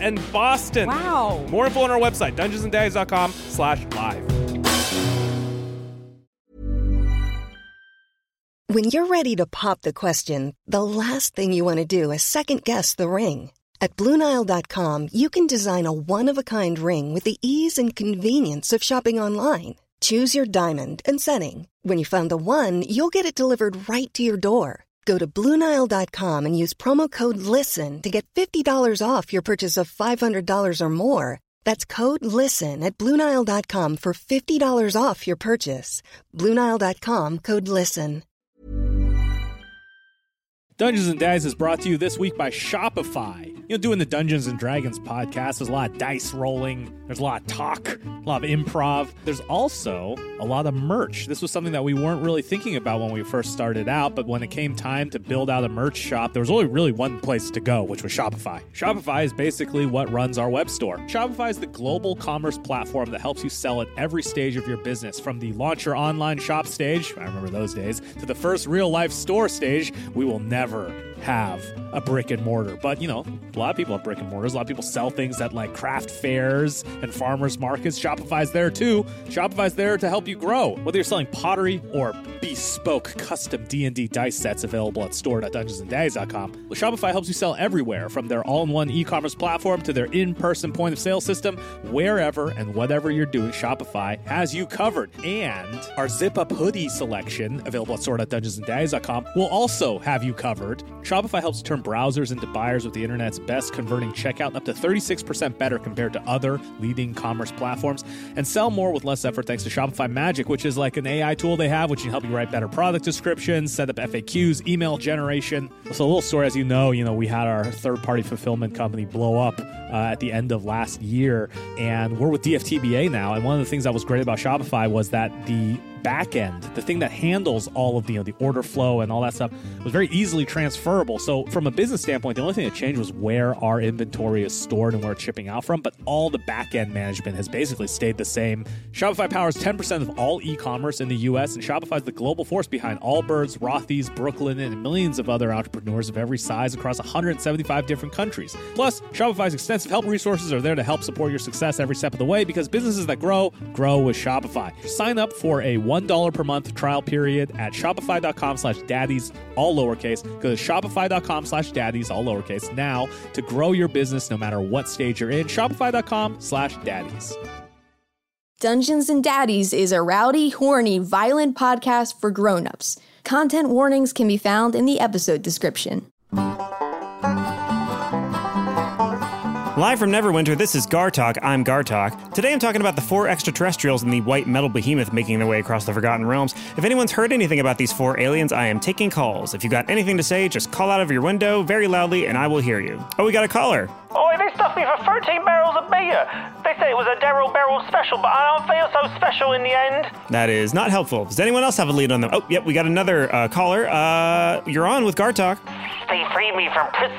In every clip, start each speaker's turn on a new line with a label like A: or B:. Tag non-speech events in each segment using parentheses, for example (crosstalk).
A: and Boston.
B: Wow.
A: More info on our website, dungeonsanddice.com slash live.
C: When you're ready to pop the question, the last thing you want to do is second guess the ring. At Bluenile.com, you can design a one of a kind ring with the ease and convenience of shopping online. Choose your diamond and setting. When you find the one, you'll get it delivered right to your door. Go to Bluenile.com and use promo code LISTEN to get $50 off your purchase of $500 or more. That's code LISTEN at Bluenile.com for $50 off your purchase. Bluenile.com code LISTEN.
A: Dungeons and Dice is brought to you this week by Shopify. You know, doing the Dungeons and Dragons podcast, there's a lot of dice rolling, there's a lot of talk, a lot of improv. There's also a lot of merch. This was something that we weren't really thinking about when we first started out, but when it came time to build out a merch shop, there was only really one place to go, which was Shopify. Shopify is basically what runs our web store. Shopify is the global commerce platform that helps you sell at every stage of your business, from the launch your online shop stage, I remember those days, to the first real life store stage. We will never have a brick and mortar. But, you know, a lot of people have brick and mortars. A lot of people sell things at like craft fairs and farmers markets. Shopify's there too. Shopify's there to help you grow. Whether you're selling pottery or bespoke custom D&D dice sets available at store.dungeonsanddice.com, Shopify helps you sell everywhere from their all-in-one e-commerce platform to their in-person point of sale system. Wherever and whatever you're doing, Shopify has you covered. And our zip up hoodie selection available at store.dungeonsanddice.com will also have you covered. Shopify helps turn browsers into buyers with the internet's best converting checkout up to 36% better compared to other leading commerce platforms and sell more with less effort thanks to Shopify Magic, which is like an AI tool they have which can help you write better product descriptions, set up FAQs, email generation. So a little story as you know, you know, we had our third-party fulfillment company blow up uh, at the end of last year. And we're with DFTBA now. And one of the things that was great about Shopify was that the back end, the thing that handles all of the, you know, the order flow and all that stuff, was very easily transferable. So, from a business standpoint, the only thing that changed was where our inventory is stored and where it's shipping out from. But all the back end management has basically stayed the same. Shopify powers 10% of all e commerce in the US, and Shopify is the global force behind Allbirds, Rothy's, Brooklyn, and millions of other entrepreneurs of every size across 175 different countries. Plus, Shopify's extensive help resources are there to help support your success every step of the way because businesses that grow, grow with Shopify. Sign up for a $1 per month trial period at shopify.com slash daddies, all lowercase. Go to shopify.com slash daddies, all lowercase, now to grow your business no matter what stage you're in. Shopify.com slash daddies.
B: Dungeons and Daddies is a rowdy, horny, violent podcast for grown-ups. Content warnings can be found in the episode description.
D: Live from Neverwinter, this is Gar Talk. I'm Gar Talk. Today I'm talking about the four extraterrestrials and the white metal behemoth making their way across the Forgotten Realms. If anyone's heard anything about these four aliens, I am taking calls. If you got anything to say, just call out of your window very loudly and I will hear you. Oh, we got a caller.
E: Oi, they stuffed me for 13 barrels of beer. They said it was a Daryl Barrel special, but I don't feel so special in the end.
D: That is not helpful. Does anyone else have a lead on them? Oh, yep, we got another uh, caller. Uh, you're on with Gar Talk.
E: They freed me from prison.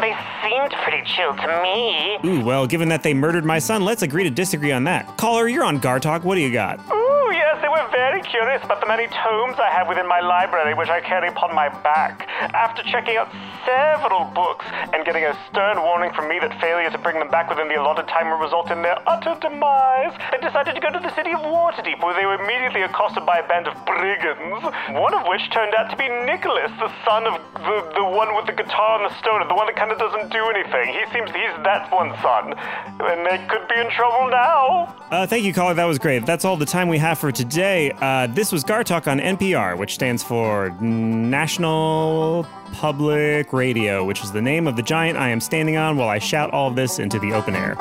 E: They seemed pretty chill to me.
D: Ooh, well, given that they murdered my son, let's agree to disagree on that. Caller, you're on Gar Talk. What do you got?
E: Ooh, yes, they were very curious about the many tomes I have within my library, which I carry upon my back. After checking out several books and getting a stern warning from me that failure to bring them back within the allotted time would result in their utter demise, they decided to go to the city of Waterdeep, where they were immediately accosted by a band of brigands, one of which turned out to be Nicholas, the son of the, the one with the guitar and the stoner, the one that kind of doesn't do anything. He seems he's that one son. And they could be in trouble now.
D: Uh, thank you, caller. That was great. That's all the time we have for today. Uh, this was Gar Talk on NPR, which stands for National Public Radio, which is the name of the giant I am standing on while I shout all this into the open air.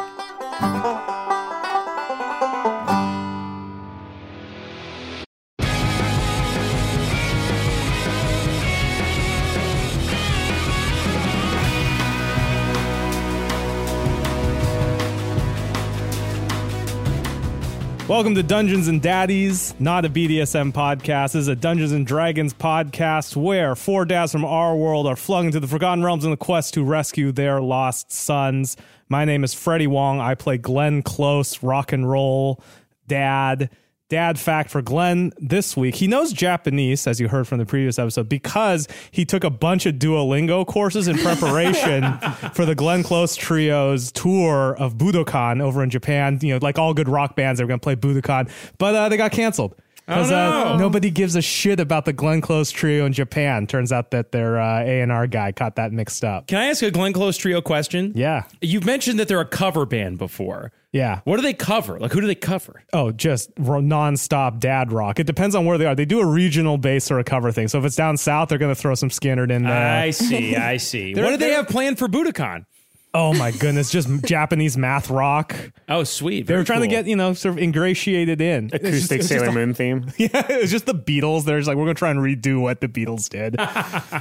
A: Welcome to Dungeons and Daddies, not a BDSM podcast. This is a Dungeons and Dragons podcast where four dads from our world are flung into the Forgotten Realms in the quest to rescue their lost sons. My name is Freddie Wong. I play Glenn Close, rock and roll dad. Dad fact for Glenn this week. He knows Japanese, as you heard from the previous episode, because he took a bunch of Duolingo courses in preparation for the Glenn Close Trio's tour of Budokan over in Japan. You know, like all good rock bands, they were going to play Budokan, but uh, they got canceled. Because uh, nobody gives a shit about the Glenn Close Trio in Japan. Turns out that their uh, A&R guy caught that mixed up.
F: Can I ask a Glenn Close Trio question?
A: Yeah.
F: You've mentioned that they're a cover band before.
A: Yeah.
F: What do they cover? Like, who do they cover?
A: Oh, just ro- nonstop dad rock. It depends on where they are. They do a regional bass or a cover thing. So if it's down south, they're going to throw some Skinnerd in there.
F: I see. I
D: (laughs)
F: see.
A: (laughs) They're-
F: what do they
A: they're-
F: have planned for Budokan?
A: oh my goodness, just Japanese math rock.
F: Oh, sweet.
A: They were trying to get you know sort of ingratiated in. It's just-
D: Acoustic
A: it's just
D: Sailor
A: a-
D: Moon theme.
A: (laughs) yeah, it was just the Beatles. They're just like we're going to try and redo what the Beatles did.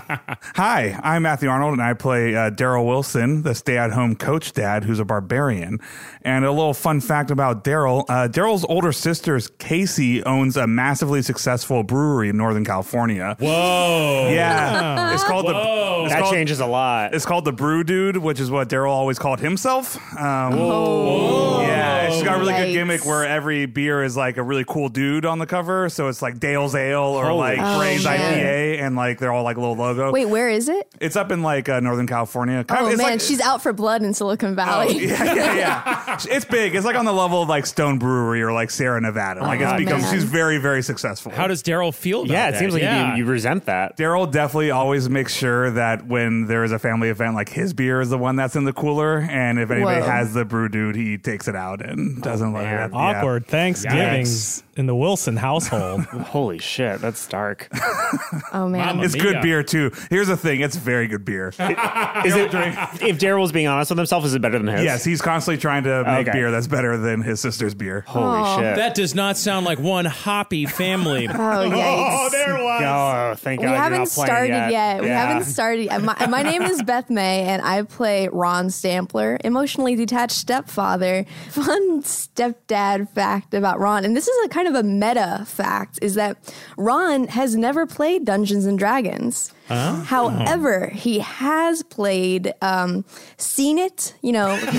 G: Hi, I'm Matthew Arnold, and I play uh, Daryl Wilson, the stay-at-home coach dad who's a barbarian. And a little fun fact about Daryl: uh, Daryl's older sister, Casey, owns a massively successful brewery in Northern California.
F: Whoa.
G: Yeah, it's called the. It's
D: That
G: called,
D: changes a lot.
G: It's called the Brew Dude, which is what Daryl always called himself. Um, Whoa. Yeah, she's got a really
B: Yikes.
G: good gimmick where every beer is like a really cool dude on the cover. So it's like Dale's Ale or like
B: Oh,
G: Gray's
B: man.
G: IPA, and like they're all like little logo.
B: Wait, where is it?
G: It's up in like uh, Northern California. Kind
B: Oh
G: of-
B: man,
G: it's like-
B: she's out for blood in Silicon Valley.
G: yeah, yeah, yeah. It's big. It's like on the level of like Stone Brewery or like Sierra Nevada. Like it's
B: Oh,
G: become.
B: man.
G: She's very, very successful.
F: How does Daryl feel about
D: yeah, it
F: that?
D: seems like
F: Yeah.
D: you, you resent that.
G: Daryl definitely always makes sure that when there is a family event, like his beer is the one that's in the cooler, and if anybody
B: Whoa.
G: has the brew dude, he takes it out and doesn't let it. yeah.
A: Awkward Thanksgivings in the Wilson household.
D: (laughs) Holy shit, that's dark.
B: (laughs) Oh man.
G: It's good beer too. Here's the thing: it's very good
D: (laughs)
G: beer. (laughs)
D: Is it, if Daryl was being honest with himself, is it better than his?
G: yes, he's constantly trying to make
D: Okay.
G: beer that's better than his sister's beer.
D: Holy shit.
F: That does not sound like one hoppy
D: (laughs)
F: family.
B: Oh yikes.
D: there it was. Oh, thank
B: We
D: God. you're
B: haven't
D: not playing
B: started yet.
D: yet.
B: We
D: Yeah.
B: haven't started. uh, My, my name
D: (laughs)
B: is Beth May, and I play Ron Stampler, emotionally detached stepfather. Fun stepdad fact about Ron, and this is a kind of a meta fact, is that Ron has never played Dungeons and Dragons.
D: Oh.
B: However, he has played, um, seen it, you know,
D: (laughs)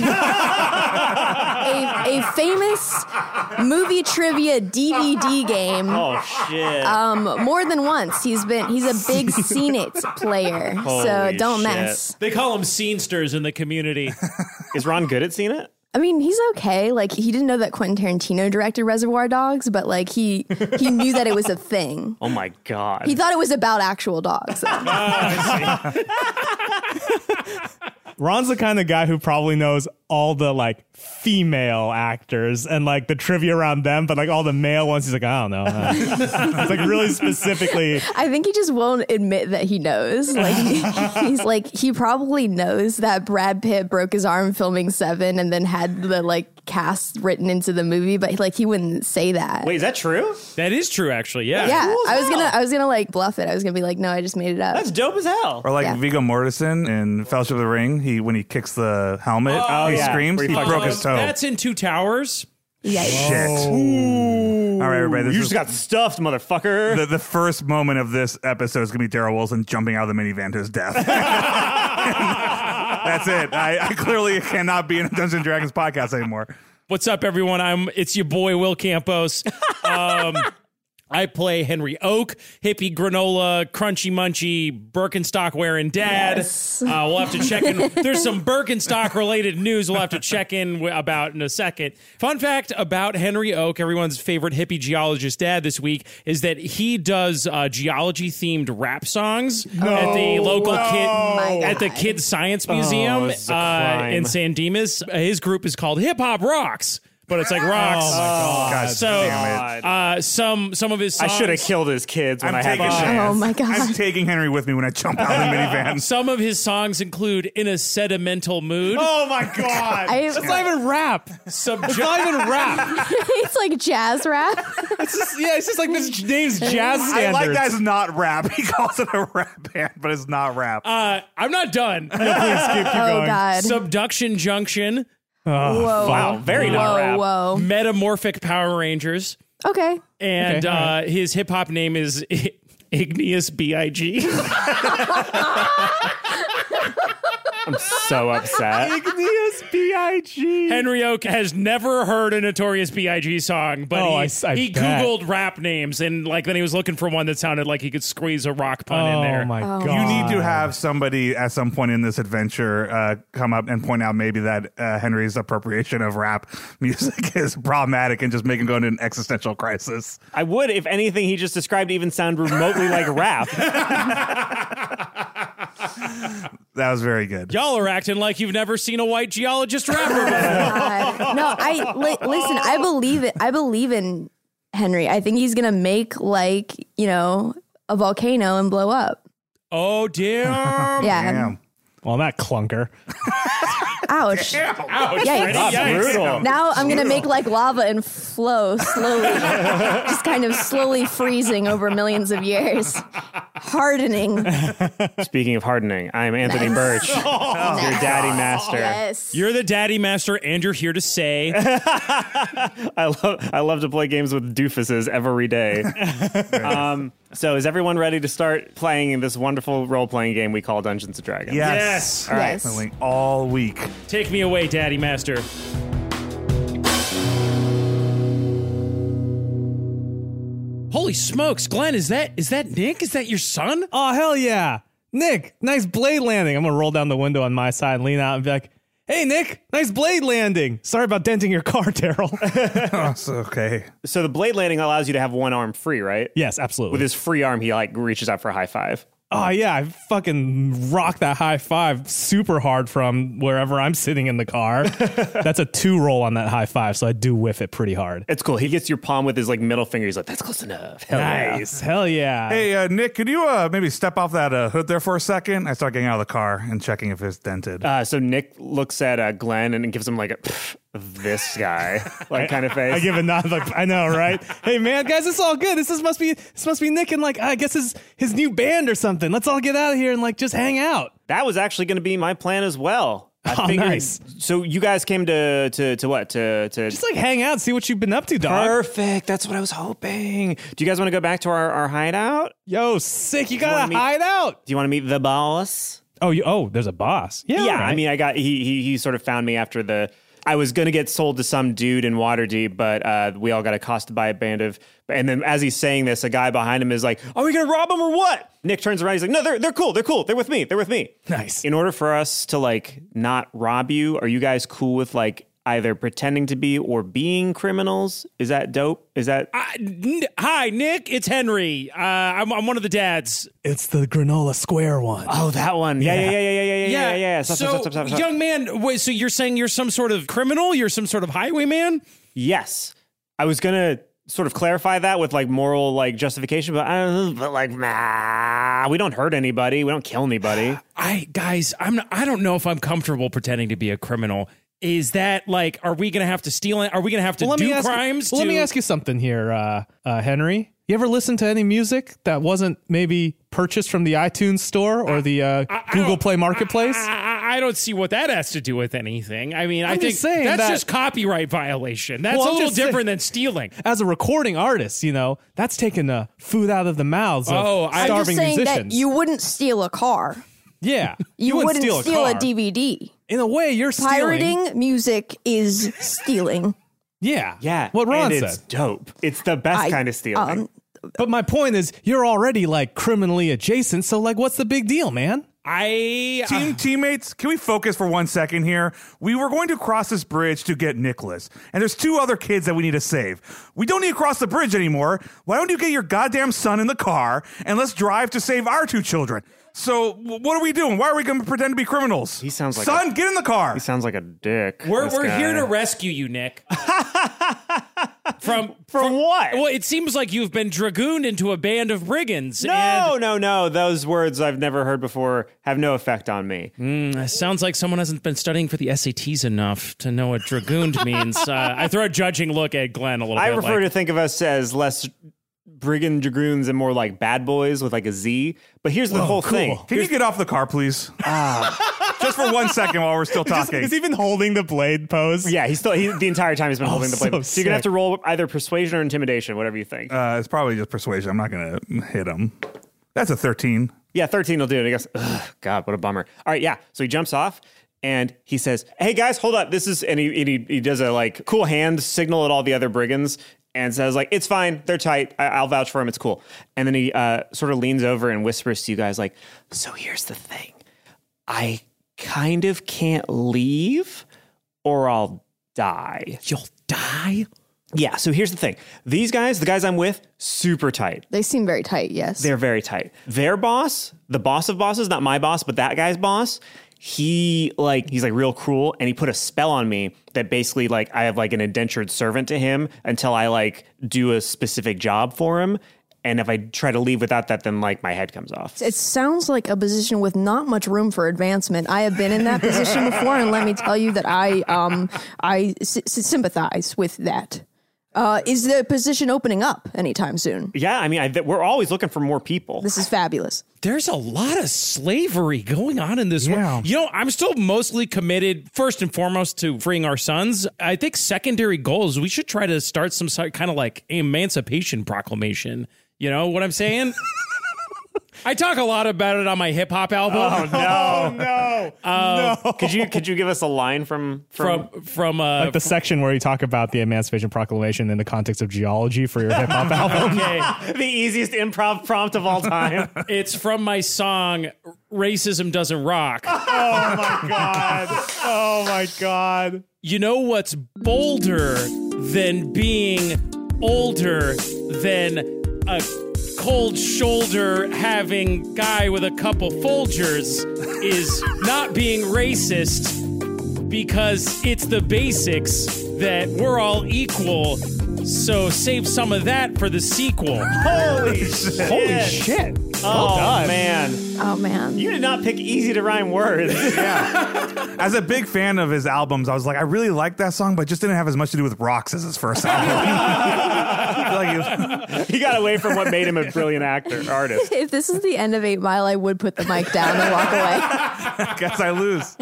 B: a, a famous movie trivia DVD game
D: Oh shit.
B: um, more than once. He's been he's a
D: (laughs)
B: big seen it player. so
D: Holy
B: don't
D: shit.
B: mess.
F: they call them scenesters in the community.
D: (laughs) is Ron good at seeing it?
B: I mean, he's okay. Like he didn't know that Quentin Tarantino directed Reservoir Dogs, but like he he knew that it was a
D: (laughs)
B: thing.
D: Oh my god.
B: He thought it was about actual dogs. though.
A: Ron's the kind of guy who probably knows all the like female actors and like the trivia around them, but like all the male ones, he's like, I don't know.
B: (laughs)
A: Uh, it's like really specifically.
B: I think he just won't admit that he knows. Like he's like he (laughs) probably knows that Brad Pitt broke his arm filming Seven and then had the like cast written into the movie, but like he wouldn't say that.
D: Wait, is that true?
F: that is true, actually. Yeah.
B: yeah, I was gonna I was gonna like bluff it. I was gonna be like, no, I just made it up.
D: That's dope as hell.
G: Or like (laughs)
B: Yeah.
G: Viggo Mortensen in Fellowship of the Ring, he when he kicks the helmet, oh, he
D: Oh, yeah.
G: screams.
D: Where
G: He
D: he fucks
G: broke
D: up.
G: his toe.
F: That's in Two Towers.
B: Yikes.
G: Shit. All right, everybody. This
D: you
G: is
D: just got stuffed, motherfucker.
G: the, the first moment of this episode is going to be Daryl Wilson jumping out of the minivan to his
D: (laughs)
G: death. That's it. I, I clearly cannot be in a Dungeons and Dragons podcast anymore.
F: What's up, everyone? I'm it's your boy Will Campos. Um, I play Henry Oak, hippie granola, crunchy munchy, Birkenstock wearing dad. Uh, we'll have to check in. There's some Birkenstock related news we'll have to check in w- about in a second. Fun fact about Henry Oak, everyone's favorite hippie geologist dad this week, is that he does uh, geology themed rap songs at the local
B: My
F: kid at the
B: God.
F: Kids Science Museum
D: this is Oh, a
F: uh,
D: crime.
F: in San Dimas. Uh, His group is called Hip Hop Rocks, but it's like rocks.
D: Oh,
G: God
F: so
G: damn it.
F: uh, some some of his
D: I
F: songs,
D: should have killed his kids when
G: I'm
D: i had
G: taking
D: the chance.
G: chance.
B: Oh
D: (laughs)
B: my God.
G: I'm taking Henry with me when I jump out of the minivan.
F: Some of his songs include "In a Sedimental Mood,"
D: Oh my god.
B: I-
A: even
D: (laughs)
A: rap.
F: subject.
A: Not even rap.
B: (laughs) it's like jazz rap.
A: It's just, yeah, it's just like this name's jazz
G: I
A: standards.
G: like that it's not rap. (laughs) He calls it a rap band, but it's not rap.
F: Uh, I'm not done.
D: (laughs)
A: Please keep, keep
B: (laughs) Oh
A: going.
B: God.
F: Subduction Junction.
A: Ugh.
B: Whoa.
F: Ah, Wow, very
B: whoa,
F: not rap.
B: Whoa.
F: Metamorphic Power Rangers,
B: Okay.
F: and
A: Okay, all
F: uh, his hip hop name is (laughs) Igneous
G: (laughs)
F: Big.
D: I'm so upset.
A: Igneous B.I.G.
F: Henry Oak has never heard a Notorious B.I.G. song, but
A: Oh,
F: he,
A: I s- I
F: he
A: bet.
F: Googled rap names and like then he was looking for one that sounded like he could squeeze a rock pun in there.
A: Oh my god!
G: You need to have somebody at some point in this adventure uh, come up and point out maybe that uh, Henry's appropriation of rap (laughs) music is problematic and just make him go into an existential crisis.
D: I would, if anything, he just described even sound remotely like rap.
G: That was very good.
F: Y'all are acting like you've never seen a white geologist
G: (laughs)
F: rapper before.
B: God. No, I li- listen. I believe it. I believe in Henry. I think he's gonna make like you know a volcano and blow up.
F: oh damn.
B: Yeah.
G: Damn.
A: Well, that clunker.
B: Ouch.
F: Ouch,
B: Yikes.
F: Freddie,
B: That's
F: yikes.
D: brutal.
B: Now I'm gonna make like lava and flow slowly, just kind of slowly freezing over millions of years, hardening.
D: Speaking of hardening, I'm Anthony Birch, your daddy master.
B: Yes.
D: (laughs)
F: You're the daddy master and you're here to say
G: (laughs)
D: I love I love to play games with doofuses every day. um, so is everyone ready to start playing this wonderful role playing game we call Dungeons and Dragons?
G: Yes.
F: (laughs) yes.
B: yes.
G: Definitely All week.
F: Take me away, daddy master. Holy smokes, Glenn, is that is that Nick? Is that your son?
A: Oh hell yeah, Nick! Nice blade landing. I'm gonna roll down the window on my side, and lean out, and be like, "Hey, Nick! Nice blade landing. Sorry about denting your
F: (laughs)
A: car, (laughs) Daryl."
G: That's okay.
D: So the blade landing allows you to have one arm free, right?
A: yes, absolutely.
D: With his free arm, he like reaches out for a high five.
A: Oh yeah, I fucking rock that high five super hard from wherever I'm sitting in the
F: (laughs)
A: car. That's a two roll on that high five, so I do whiff it pretty hard.
D: It's cool. He gets your palm with his like middle finger. He's like, "That's close enough." Hell yeah.
A: Nice, hell yeah.
G: Hey, uh, Nick, could you uh, maybe step off that uh, hood there for a second? I start getting out of the car and checking if it's dented.
D: Uh, so Nick looks at uh, Glenn and gives him like a "Pff, this guy
A: (laughs)
D: like kind of face.
A: I give a nod. Like I know,
D: (laughs)
A: right? hey man, guys, it's all good. This is must be this must be Nick and like I guess his his new band or something. Let's all get out of here and like just hang out.
D: that was actually going to be my plan as well. I
A: Oh,
D: figured-
A: nice.
D: So you guys came to to to what to to
A: Just like hang out, see what you've been up to, dog.
D: perfect. That's what I was hoping. Do you guys want to go back to our, our hideout?
A: Yo, sick. You gotta
D: wanna meet-
A: hide out.
D: Do you want to meet the boss?
A: Oh, you, oh, there's a boss. Yeah,
D: Yeah, I
A: alright.
D: mean, I got he he he sort of found me after the. I was gonna get sold to some dude in Waterdeep, but uh, we all got accosted by a band of. And then as he's saying this, a guy behind him is like, "Are we gonna rob him or what?" Nick turns around. He's like, "No, they're they're cool. They're cool. They're with me. They're with me."
A: Nice.
D: In order for us to like not rob you, are you guys cool with like either pretending to be or being criminals? Is that dope? Is that
F: I- n- hi, Nick. It's Henry. Uh, I'm, I'm one of the dads.
A: it's the granola square one.
D: oh that one? Yeah, yeah, yeah, yeah, yeah, yeah, yeah, yeah. yeah, Stop,
F: so,
D: stop, stop, stop, stop.
F: young man, wait, so you're saying you're some sort of criminal? You're some sort of highwayman?
D: Yes. I was gonna sort of clarify that with like moral like justification, but I don't know, but like nah, we don't hurt anybody, we don't kill anybody.
F: (sighs) I guys, I'm not, I don't know if I'm comfortable pretending to be a criminal. Is that like, are we gonna have to steal it? Are we gonna have to
A: Well, let
F: do
A: me ask
F: crimes?
A: You, well,
F: to-
A: let me ask you something here, uh, uh, Henry. You ever listen to any music that wasn't maybe purchased from the iTunes store or the uh,
F: I
A: Google
F: don't-
A: Play Marketplace?
F: I, I- I don't see what that has to do with anything. I mean, i
A: I'm
F: think
A: just saying
F: that's
A: that-
F: just copyright violation. That's
A: Well,
F: a
A: I'm
F: little
A: just saying-
F: different than stealing.
A: As a recording artist, you know that's taking the food out of the mouths of
F: Oh, I-
A: starving
B: I'm just saying
A: musicians.
B: that you wouldn't steal a car.
A: yeah,
B: You, wouldn't, steal, a,
A: car.
B: DVD.
A: In a way, you're stealing.
B: Pirating music is stealing.
A: Yeah,
D: Yeah.
A: What Ron
D: and
A: said.
D: It's dope. It's the best
B: I-
D: kind of stealing.
B: um,
A: But my point is, you're already like criminally adjacent. So like, what's the big deal, man?
F: I
G: Team teammates, can we focus for one second here? We were going to cross this bridge to get Nicholas, and there's two other kids that we need to save. We don't need to cross the bridge anymore. Why don't you get your goddamn son in the car and let's drive to save our two children? So wh- what are we doing? Why are we going to pretend to be criminals? He
D: sounds like
G: son.
D: a-
G: get in the car.
D: he sounds like a dick.
F: We're,
D: this
F: we're
D: guy.
F: here to rescue you,
A: (laughs)
F: Nick. from
D: From what?
F: Well, it seems like you've been dragooned into a band of brigands.
D: No, no, no. Those words I've never heard before have no effect on me.
F: and Hmm, it sounds like someone hasn't been studying for the SATs enough to know what dragooned (laughs) means. Uh, I throw a judging look at Glenn a little
D: I
F: bit.
D: prefer
F: like,
D: to think of us as less brigand dragoons and more like bad boys with like a Z. But here's Ah. the whole thing.
G: Can you get off the car, please? (laughs) just for one second while we're still talking.
A: He's even holding the blade pose.
D: Yeah, he's still he, the entire time (laughs) he's been holding the
A: so
D: blade. Oh, So, you're gonna have
A: sick.
D: to roll either persuasion or intimidation, whatever you think.
G: Uh, it's probably just persuasion. I'm not going to hit him. That's a 13.
D: yeah, 13 will do it. I guess. Ugh, God, what a bummer. All right, yeah. So he jumps off and he says, "Hey guys, hold up. This is," and he and he, he does a like cool hand signal at all the other brigands. And says like it's fine, they're tight. I- I'll vouch for him. It's cool. And then he uh, sort of leans over and whispers to you guys like, "So here's the thing, I kind of can't leave, or I'll die."
F: You'll die.
D: Yeah. So here's the thing: these guys, the guys I'm with, super tight.
B: They seem very tight, yes.
D: They're very tight. Their boss, the boss of bosses, not my boss, but that guy's boss, he like he's like real cruel and he put a spell on me that basically like I have like an indentured servant to him until I like do a specific job for him. And if I try to leave without that, then like my head comes off.
B: it sounds like a position with not much room for advancement. I have been in that position before, and let me tell you that I um I s- s- sympathize with that. Uh, is the position opening up anytime soon?
D: Yeah, I mean, I, th- we're always looking for more people.
B: This is fabulous.
F: there's a lot of slavery going on in this
G: Yeah.
F: world. You know, I'm still mostly committed, first and foremost, to freeing our sons. I think secondary goals, we should try to start some si- kind of like emancipation proclamation. You know what I'm
D: (laughs)
F: saying? I talk a lot about it on my hip hop album. Um,
D: no, Oh,
F: (laughs)
D: no, no. Could you could you give us a line from from?
F: From from uh
A: Like
G: (laughs)
A: the section where you talk about the Emancipation Proclamation in the context of geology for your hip (laughs) hop album.
D: (laughs) the easiest improv prompt of all time.
F: it's from my song Racism Doesn't Rock.
D: (laughs)
A: Oh my god.
F: you know what's bolder than being older than a cold shoulder having guy with a couple Folgers is not being racist because it's the basics that we're all equal. So save some of that for the sequel.
D: Holy shit!
A: Holy shit.
D: Oh man,
B: Oh man,
D: you did not pick easy to
G: (laughs)
D: rhyme words.
G: As a big fan of his albums, I was like, I really liked that song, but it just didn't have as much to do with rocks as his first album. Like,
D: (laughs) he got away from what
G: (laughs)
D: made him (laughs) a brilliant actor,
B: (laughs)
D: artist.
B: if this is the end of Eight Mile, I would put the mic down and walk away.
G: guess I lose.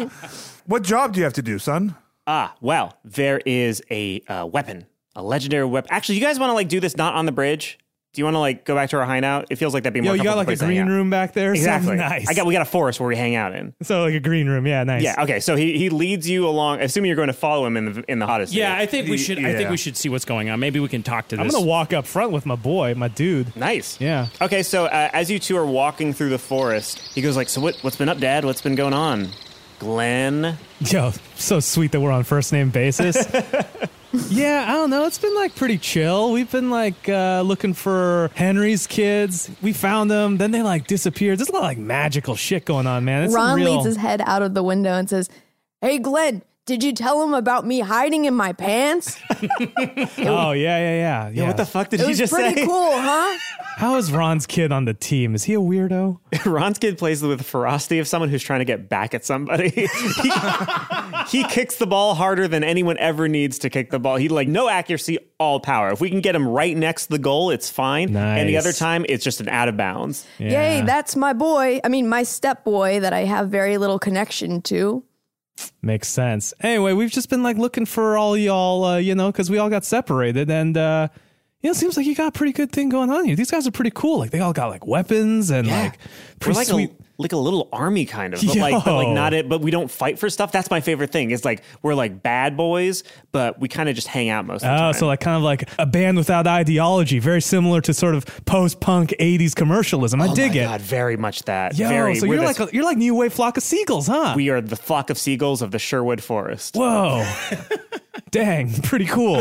G: What job do you have to do, son?
D: Ah, well, there is a uh, weapon, a legendary weapon. Actually, you guys want to like do this not on the bridge? Do you want to like go back to our hideout? It feels like that'd be more.
A: Yo, you got
D: comfortable
A: like a
D: place to hang
A: green
D: out.
A: room back there. or
D: Exactly.
A: something? Nice.
D: I got we got a forest where we hang out in.
A: so like a green room. Yeah, nice.
D: Yeah. Okay. So he, he leads you along, assuming you're going to follow him in the in the hottest.
F: Yeah, I
D: area.
F: think we should. I think
G: Yeah.
F: we should see what's going on. Maybe we can talk to
A: I'm
F: this.
A: gonna walk up front with my boy, my dude.
D: nice.
A: Yeah.
D: Okay, so uh, as you two are walking through the forest, he goes like, "So what? What's been up, Dad? What's been going on, Glenn?" (laughs)
A: Yo, so sweet that we're on first name basis. yeah, I don't know. It's been like pretty chill. We've been like uh, looking for Henry's kids. We found them. Then they like disappeared. There's a lot of like magical shit going on, man. It's
B: Ron
A: real.
B: leads his head out of the window and says, "Hey, Glenn, did you tell him about me hiding in my pants?
A: Oh yeah, yeah, yeah. yeah.
D: What the fuck did
B: It
D: he
B: was
D: just
B: pretty
D: say?
B: cool, huh?"
A: How is Ron's kid on the team? Is he a weirdo?
D: Ron's kid plays with the ferocity of someone who's trying to get back at somebody. (laughs) he, he kicks the ball harder than anyone ever needs to kick the ball. He like no accuracy, all power. If we can get him right next to the goal, it's fine. And the
A: Nice.
D: other time, it's just an out of bounds.
B: Yay, that's my boy. I mean, my step boy that I have very little connection to.
A: Makes sense. Anyway, we've just been like looking for all y'all, uh, you know, because we all got separated, and uh, you know, it seems like you got a pretty good thing going on here. These guys are pretty cool. Like they all got like weapons and like
D: We're
A: pretty
D: like
A: sweet.
D: (laughs) a, like a little army kind of, but like, but like
A: Yo.
D: not it. But we don't fight for stuff. That's my favorite thing. It's like we're like bad boys, but we kind of just hang out most. of the
A: Oh,
D: time.
A: so like kind of like a band without ideology, very similar to sort of post-punk '80s commercialism. I
D: Oh
A: dig
D: my
A: it.
D: God, very much that.
A: Yo,
D: very.
A: so
D: we're
A: you're
D: the-
A: like a, you're like new wave flock of seagulls, huh?
D: we are the flock of seagulls of the Sherwood Forest. (laughs)
A: Whoa, dang, pretty cool.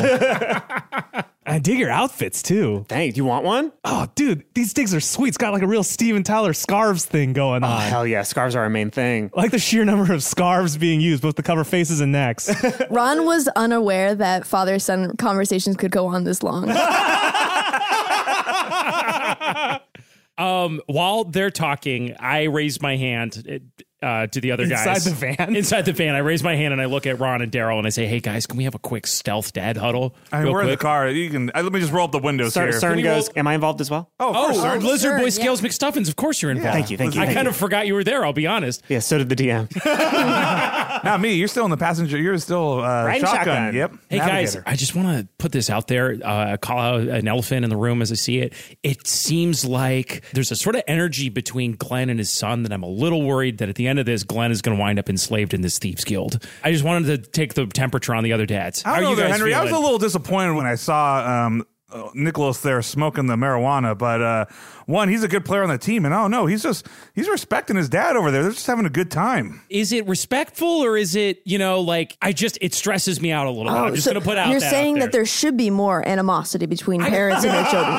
A: I dig your outfits too.
D: Dang, do you want one?
A: Oh, dude, these digs are sweet. It's got like a real Steven Tyler scarves thing going
D: Oh,
A: on.
D: hell yeah. Scarves are our main thing.
A: I like the sheer number of scarves being used, both to cover faces and
D: (laughs)
A: necks.
B: (laughs) Ron was unaware that father son conversations could go on this
F: (laughs)
B: long.
F: Oh, Um, while they're talking, I raise my hand. It- uh, to the other
A: Inside
F: guys
A: the
F: (laughs)
A: van?
F: Inside the van, I raise my hand and I look at Ron and Daryl and I say, "Hey guys, can we have a quick stealth dad huddle?"
G: I mean,
F: real
G: we're in the
F: quick?"
G: car. You can uh, let me just roll up the windows
D: Cer-
G: here.
D: Cern goes, Am I involved as well?
G: oh, of course,
F: Oh,
G: sir.
F: Lizard
B: sure,
F: Boy
B: yeah.
F: Scales McStuffins, of course you're involved.
D: Thank you, thank you,
F: I
D: thank
F: kind
D: you.
F: of forgot you were there. I'll be honest.
D: Yeah, so did the
F: (laughs)
D: DM.
G: Not me. You're still in the passenger. You're still uh,
D: Riding
G: shotgun.
D: shotgun.
G: Yep.
F: Hey guys,
G: Navigator.
F: I just want to put this out there. Uh, call out an elephant in the room as I see it. It seems like there's a sort of energy between Glenn and his son that I'm a little worried that at the end of this, Glenn is going to wind up enslaved in this thieves guild. I just wanted to take the temperature on the other dads.
G: I
F: How
G: don't
F: are
G: know
F: you
G: there,
F: guys
G: Henry. I was a
F: feeling?
G: little disappointed when I saw um, uh, Nicholas there smoking the marijuana, but uh, one, he's a good player on the team, and oh no, he's just he's respecting his dad over there. They're just having a good time.
F: Is it respectful or is it you know like I just it stresses me out a little bit. I'm just
B: Oh, so
F: going to put out.
B: You're
F: that out
B: saying
F: there.
B: that there should be more animosity between parents and their
F: (laughs)
B: children.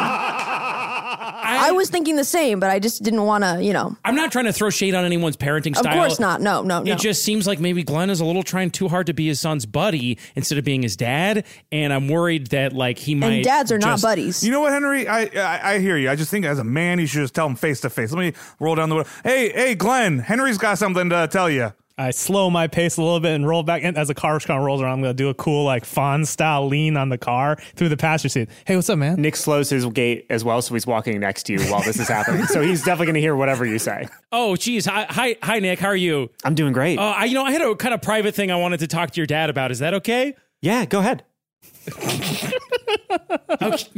B: I was thinking the same, but I just didn't want to, you know.
F: I'm not trying to throw shade on anyone's parenting
B: Of
F: style.
B: course not. No, no, no.
F: It just seems like maybe Glenn is a little trying too hard to be his son's buddy instead of being his dad, and I'm worried that like he might.
B: and dads are not
F: just-
B: buddies.
G: You know what, Henry? I, I I hear you. I just think as a man, you should just tell him face to face. Let me roll down the window. Hey, hey, Glenn, Henry's got something to tell you.
A: I slow my pace a little bit and roll back. And as the car kind of rolls around, I'm going to do a cool, like, fawn style lean on the car through the passenger seat. Hey, what's up, man?
D: Nick slows his gait as well, so he's walking next to you while this is happening. so he's definitely going to hear whatever you say.
F: Oh, geez. Hi, hi, hi, Nick. How are you?
D: I'm doing great.
F: Uh, I, you know, I had a kind of private thing I wanted to talk to your dad about. Is that okay?
D: yeah,
F: (laughs)
D: go ahead.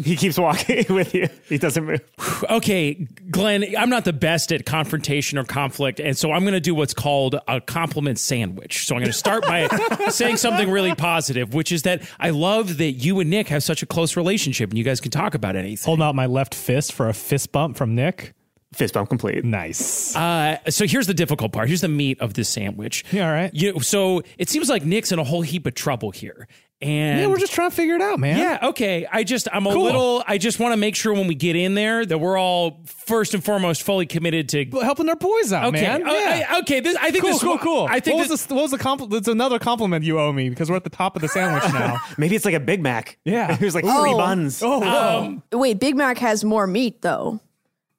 D: he keeps walking (laughs) with you. He doesn't move.
F: Okay, Glenn. I'm not the best at confrontation or conflict, and so I'm going to do what's called a compliment sandwich. So I'm going to start
D: (laughs)
F: by saying something really positive, which is that I love that you and Nick have such a close relationship, and you guys can talk about anything.
A: Holding out my left fist for a fist bump from Nick.
D: Fist bump complete.
A: Nice.
F: Uh, so here's the difficult part. Here's the meat of this sandwich.
A: Yeah, all right.
F: You, so it seems like Nick's in a whole heap of trouble here. And
A: yeah, we're just trying to figure it out, man.
F: Yeah, okay. I just, I'm a
A: Cool.
F: little, I just want to make sure when we get in there that we're all first and foremost fully committed to.
A: But helping our boys out,
F: Okay.
A: man.
F: Oh,
A: yeah.
F: I- okay. This, I think
A: Cool,
F: this,
A: cool, cool.
F: I think
A: what
F: this,
A: was, this, what was the compliment? It's another compliment you owe me because we're at the top of the sandwich
F: (laughs)
A: now.
D: Maybe it's like a Big Mac. (laughs)
A: Yeah.
D: He was like
B: Oh.
D: three buns.
A: Oh, whoa.
F: Um,
B: Wait, Big Mac has more meat, though.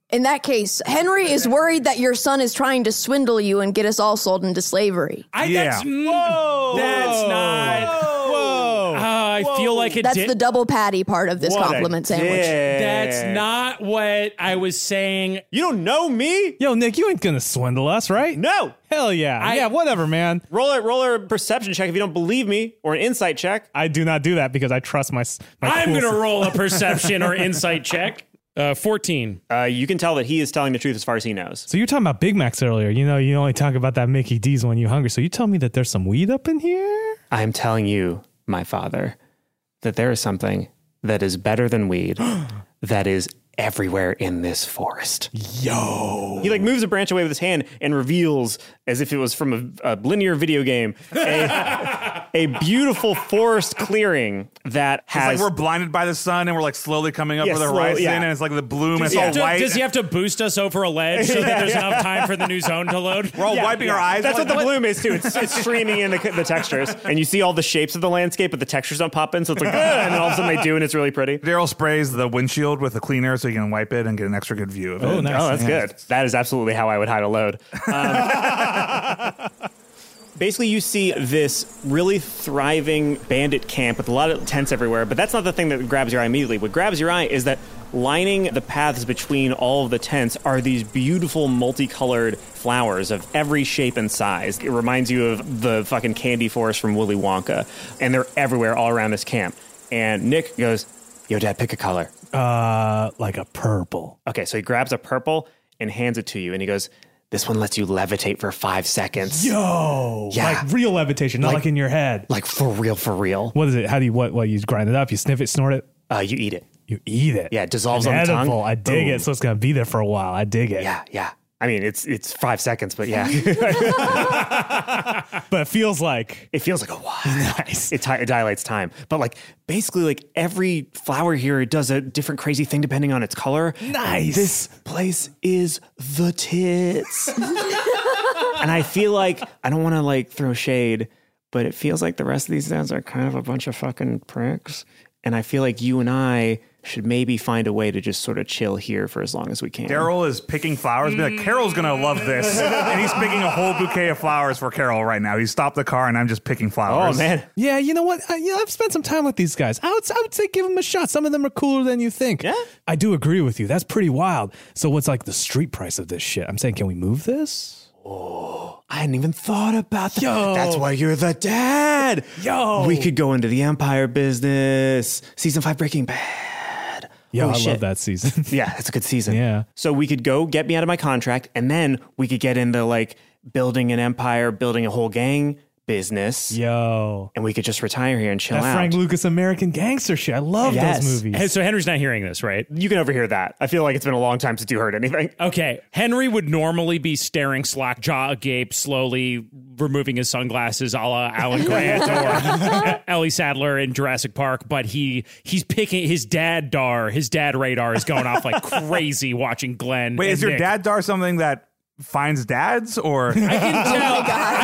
B: In that case, Henry is worried that your son is trying to swindle you and get us all sold into slavery.
F: I,
G: Yeah.
F: that's, whoa, that's not.
A: Whoa.
F: Uh, I feel like it
B: That's
F: did.
B: the
F: (gasps)
B: double patty part of this
D: What a
B: compliment sandwich.
D: dick.
F: that's not what I was saying.
D: You don't know me?
A: Yo, Nick, you ain't gonna swindle us, right?
D: No.
A: Hell yeah. yeah, whatever, man.
D: Roll it. Roll a perception check if you don't believe me, or an insight check.
A: I do not do that because I trust my. s- my
F: (laughs) I'm
A: cool
F: going to
A: s-
F: roll a perception or insight check. Uh, 14.
D: Uh, you can tell that he is telling the truth as far as he knows.
A: (laughs) So you were talking about Big Macs earlier. You know, you only talk about that Mickey D's when you're hungry. So you tell me that there's some weed up in here?
D: I am telling you, my father, that there is something that is better than weed (gasps) that is everywhere in this forest. Yo. He like moves a branch away with his hand and reveals, as if it was from a, a linear video game, a, a beautiful forest clearing that
G: It's
D: has
G: like we're blinded by the sun, and we're like slowly coming up
D: Yeah,
G: with the
D: slow-
G: horizon,
D: yeah.
G: and it's like the bloom. It's
F: Does he
G: all
F: have to-
G: white. (laughs)
F: Does he have to boost us over a ledge so that there's enough time for the new zone to load?
G: we're all
D: Yeah,
G: wiping
D: yeah.
G: our eyes.
D: That's
G: We're
D: what the
G: like,
D: bloom is too.
G: (laughs)
D: It's, it's streaming in the, the textures, and you see all the shapes of the landscape, but the textures don't pop in. So it's like, "Ugh," and then all of a sudden they do, and it's really pretty.
G: Daryl sprays the windshield with a cleaner so you can wipe it and get an extra good view of it.
A: Oh, nice.
D: Oh, that's
G: Yeah.
D: good. That is absolutely how I would hide a load. Um, basically, you see this really thriving bandit camp with a lot of tents everywhere, but that's not the thing that grabs your eye immediately. What grabs your eye is that lining the paths between all of the tents are these beautiful multicolored flowers of every shape and size. It reminds you of the fucking candy forest from Willy Wonka, and they're everywhere all around this camp. And Nick goes, Yo, Dad, pick a color.
A: Uh, like a purple.
D: Okay, so he grabs a purple and hands it to you, and he goes, "This one lets you levitate for five seconds,
A: Yo.
D: Yeah.
A: Like real levitation, not like,
D: Like-
A: in your head.
D: like for real, for real."
A: What is it? How do you, what, what, you grind it up, you sniff it, snort it,
D: Uh, you eat it.
A: you eat it.
D: Yeah, it dissolves
A: An
D: on the tongue.
A: edible. I dig
D: Boom.
A: it. So it's going to be there for a while. I dig it.
D: Yeah, yeah. I mean, it's it's five seconds, but yeah,
A: (laughs) But it feels like.
D: it feels like a while. Nice. It, ti it dilates time, but like basically, like every flower here does a different crazy thing depending on its color.
A: Nice.
D: This place is the tits. and I feel like I don't want to like throw shade, but it feels like the rest of these dads are kind of a bunch of fucking pricks. And I feel like you and I should maybe find a way to just sort of chill here for as long as we can.
G: Daryl is picking flowers. Be like, Carol's gonna love
D: (laughs)
G: this, and he's picking a whole bouquet of flowers for Carol right now. He stopped the car, and I'm just picking
D: Oh
G: flowers.
D: man,
A: Yeah, you know what? I, you know, I've spent some time with these guys. I would, I would say give them a shot. Some of them are cooler than you think.
D: Yeah?
A: I do agree with you. That's pretty wild. So what's like the street price of this shit? I'm saying, can we move this?
D: Oh, I hadn't even thought about that. That's why you're the dad.
A: Yo.
D: we could go into the Empire business. Season five Breaking Bad.
A: Yeah,
D: Holy
A: I
D: shit.
A: love that season. (laughs)
D: Yeah, that's a good season.
A: Yeah.
D: So we could go get me out of my contract, and then we could get into like building an empire, building a whole gang business,
A: Yo,
D: and we could just retire here and chill
A: that
D: out.
A: Frank Lucas American Gangster shit. I love
D: Yes.
A: those movies.
F: Hey, So Henry's not hearing this, right?
D: you can overhear that. I feel like it's been a long time since you heard
A: (laughs)
D: anything.
F: Okay. Henry would normally be staring slack jaw agape, slowly removing his sunglasses, a la Alan Grant
G: (laughs)
F: or Ellie Sadler in Jurassic Park. But he he's picking his dad dar, his dad radar is going
G: (laughs)
F: off like crazy watching Glenn.
G: Wait,
F: and
G: is your
F: Nick.
G: dad dar something that finds dads or? (laughs)
F: I can tell.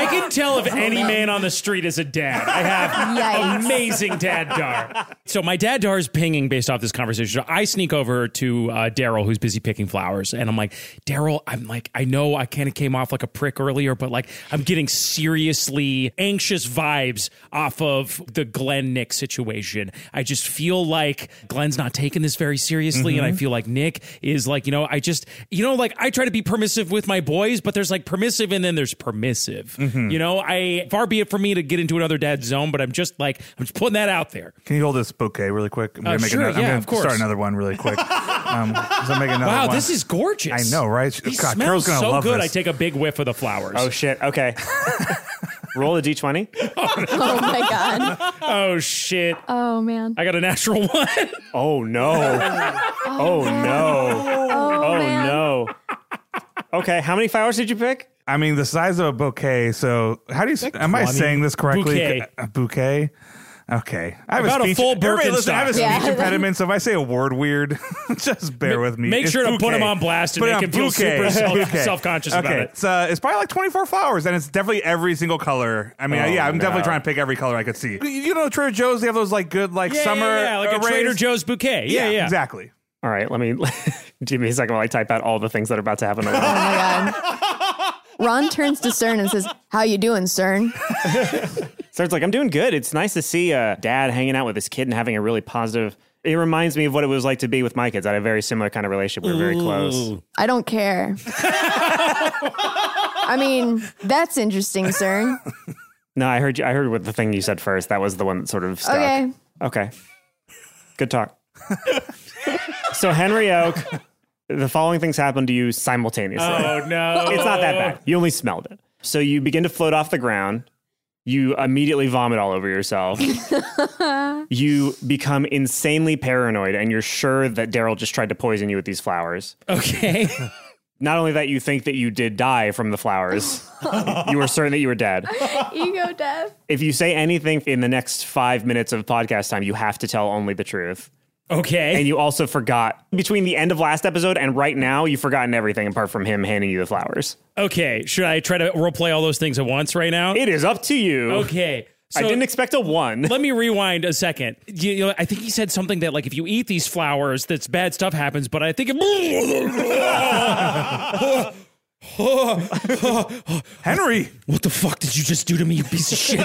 F: I can tell if any man on the street is a
D: (laughs)
G: (laughs)
F: dad. I have
B: Yikes.
F: amazing dad dar. So my dad dar is pinging based off this conversation. So I sneak over to uh, Daryl, who's busy picking flowers, and I'm like, Daryl, I'm like, I know I kind of came off like a prick earlier, but like, I'm getting seriously anxious vibes off of the Glenn Nick situation. I just feel like Glenn's not taking this very seriously, and I feel like Nick is like, you know, I just, you know, like I try to be permissive with my boys, but there's like permissive and then there's permissive.
G: Mm-hmm.
F: You know, I far be it from me to get into another dad's zone, but I'm just like, I'm just putting that out there.
G: Can you hold this bouquet really quick? I'm
F: Uh, sure,
G: another,
F: yeah,
G: I'm
F: of course.
G: start another one really quick. Um, so
F: (laughs)
G: make another
F: Wow,
G: one.
F: this is gorgeous.
G: I know, right?
F: These
G: God,
F: smell
G: Carol's gonna
F: so
G: love
F: good.
G: this.
F: I take a big whiff of the flowers.
D: Oh shit. Okay.
F: (laughs)
D: Roll a d20.
B: (laughs) Oh my god.
F: (laughs) oh shit!
B: Oh man.
F: I got a natural one.
D: Oh no. Oh no.
B: Oh,
D: Oh
B: man.
D: no. Okay, how many flowers did you pick?
G: I mean, the size of a bouquet. So, how do you? am I
A: 20.
G: saying this correctly?
F: Bouquet.
G: A bouquet. Okay, I have
F: About a
G: speech,
F: full
G: everybody listen, I have a
F: Birkenstock.
G: speech
B: Yeah.
G: impediment, so if I say a word weird, (laughs) just bear with me.
F: make sure to put
G: bouquet.
F: him on blast and
G: Put it
F: make
G: on
F: him feel super
G: bouquet.
F: self-
G: Bouquet. (laughs)
F: self-conscious
G: okay.
F: about it.
G: It's, uh, it's probably like 24 flowers, and it's definitely every single color. I mean,
D: Oh,
G: yeah, I'm definitely
D: no.
G: trying to pick every color I could see. You know, Trader Joe's, they have those like good like
F: Yeah, yeah,
G: summer
F: yeah, like a
G: arrays.
F: Trader Joe's bouquet. Yeah, yeah,
G: exactly.
D: All right, let me (laughs) give me a second while I type out all the things that are about to happen.
B: Oh
F: (laughs)
B: my god. Ron turns to Cern and says, "How you doing, Cern?"
D: so it's like, I'm doing good. It's nice to see uh, dad hanging out with his kid and having a really positive. It reminds me of what it was like to be with my kids. I had a very similar kind of relationship. We were very close.
B: I don't care. I mean, that's interesting, Cern.
D: No, I heard you. I heard what the thing you said first. That was the one that sort of stuck.
B: Okay.
D: Okay. Good talk. (laughs) so Henry Oak, the following things happen to you simultaneously. (laughs)
F: Oh no!
D: It's not that bad. You only smelled it. So you begin to float off the ground. You immediately vomit all over yourself. you become insanely paranoid, and you're sure that Daryl just tried to poison you with these flowers.
F: Okay.
D: (laughs) Not only that, you think that you did die from the flowers, you were certain that you were dead.
B: (laughs) Ego death.
D: If you say anything in the next five minutes of podcast time, you have to tell only the truth.
F: Okay.
D: And you also forgot between the end of last episode and right now, you've forgotten everything apart from him handing you the flowers.
F: Okay, should I try to roleplay all those things at once right now?
D: It is up to you.
F: okay. So
D: I didn't expect a one.
F: let me rewind a second. You, you know, I think he said something that like if you eat these flowers, that's bad stuff happens. But I think
G: (gasps)
F: (laughs)
G: Henry,
F: what the fuck did you just do to me, you (laughs) piece of
A: (laughs)
F: shit?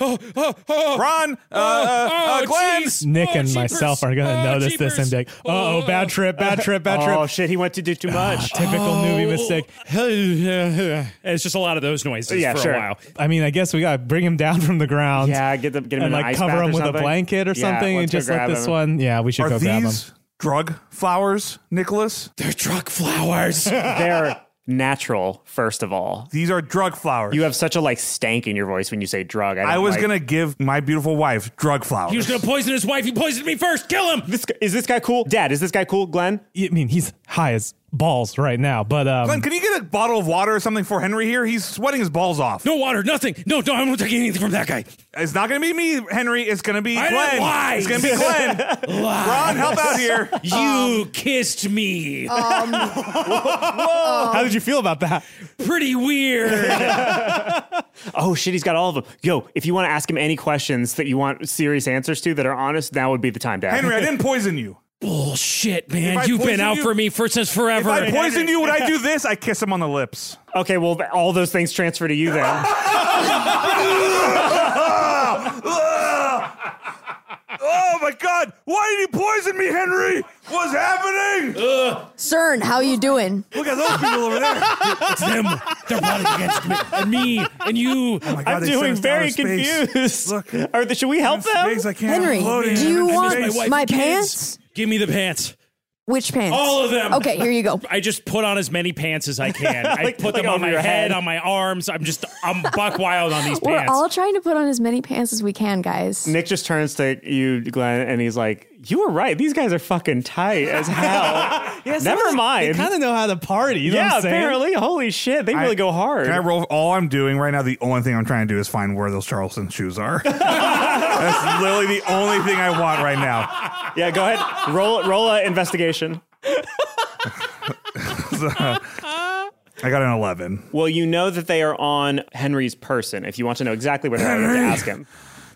F: oh, oh, oh.
G: Ron, uh, uh,
F: Oh,
G: uh, Glenn.
F: jeez.
A: Nick
F: Oh,
A: and
F: jeepers.
A: myself are gonna
F: Oh,
A: notice this and
F: jeepers.
A: be like, "Uh oh, bad trip, bad trip, bad trip."
D: Oh shit, he went to do too much.
A: (sighs) Typical
F: (laughs)
A: movie mistake.
F: It's just a lot of those noises
D: Yeah,
F: for
D: sure.
F: a while.
A: I mean, I guess we gotta bring him down (laughs) from the ground.
D: yeah, get the get him
A: and
D: in
A: like
D: an ice
A: cover
D: bath
A: him
D: or
A: with
D: something.
A: a blanket or
D: Yeah,
A: something, and
D: let's go
A: just like
D: grab
A: this
D: him.
A: one. Yeah, we should
G: Are
A: go grab him.
G: these drug flowers, Nicholas?
F: They're truck flowers.
D: (laughs) They're natural. First of all,
G: These are drug flowers.
D: you have such a like stank in your voice when you say drug. I,
G: I
D: don't
G: was
D: like- (laughs)
G: gonna give my beautiful wife drug flowers.
F: he was gonna poison his wife. He poisoned me first. Kill him.
D: This, guy- is this guy cool? Dad, is this guy cool? Glenn?
A: I mean, he's high as balls right now. But um,
G: Glenn, can you get a bottle of water or something for Henry here? He's sweating his balls off.
F: No water, nothing. No, no, I'm not taking anything from that guy.
G: It's not going to be me, Henry. It's going to be
F: I know,
G: Glenn. It's
F: lies.
G: going to be Glenn.
F: (laughs)
G: Ron, help out here. Um,
F: You kissed me.
B: Um,
F: (laughs)
A: how did you feel about that?
F: Pretty weird.
D: Oh shit, he's got all of them. Yo, if you want to ask him any questions that you want serious answers to that are honest, now would be the time to ask.
G: Henry, I didn't poison you.
F: Bullshit,
G: If I
F: man. You've been
G: poison
F: out
G: you-
F: for me for since
G: If
F: forever.
G: I poisoned you, would I do this? I kiss him on the lips.
D: Okay, well, th- all those things transfer to you
G: (laughs)
D: then.
G: Oh my God! Why did he poison me, Henry? What's happening?
B: CERN, how you doing?
G: Look at those people over there.
F: it's them. They're plotting against me and me and you.
G: Oh my God,
D: I'm
G: they sent
D: doing
G: us down
D: very
G: to space.
D: confused.
G: Look.
D: Are they- should we help them?
G: Space, I can't.
B: Henry,
G: I'm floating.
B: do you
G: I'm in
B: want
G: space.
F: My wife
B: my
F: and kids.
B: pants?
F: Give me the pants.
B: Which pants?
F: All of them.
B: Okay, here you go.
F: I just put on as many pants as
G: (laughs)
F: I can. I
D: Like-
F: put
D: like
F: them on
D: over
F: my
D: your
F: head,
D: head.
F: on my arms. I'm just I'm buck wild on these
B: We're
F: pants.
B: all trying to put on as many pants as we can, guys.
D: Nick just turns to you, Glenn, and he's like, "You were right. These guys are fucking tight as
G: (laughs)
D: hell. Never mind."
A: kind of know how to party. You know what
D: yeah,
A: I'm saying?
D: apparently. Holy shit, they really go hard.
G: Can I roll? All I'm doing right now, the only thing I'm trying to do is find where those Charleston shoes
D: (laughs)
G: are. That's literally the only thing I want right now.
D: yeah, go ahead. Roll roll a investigation.
G: I got an 11.
D: Well, you know that they are on Henry's person. If you want to know exactly where they are, you have to
G: Henry.
D: ask him.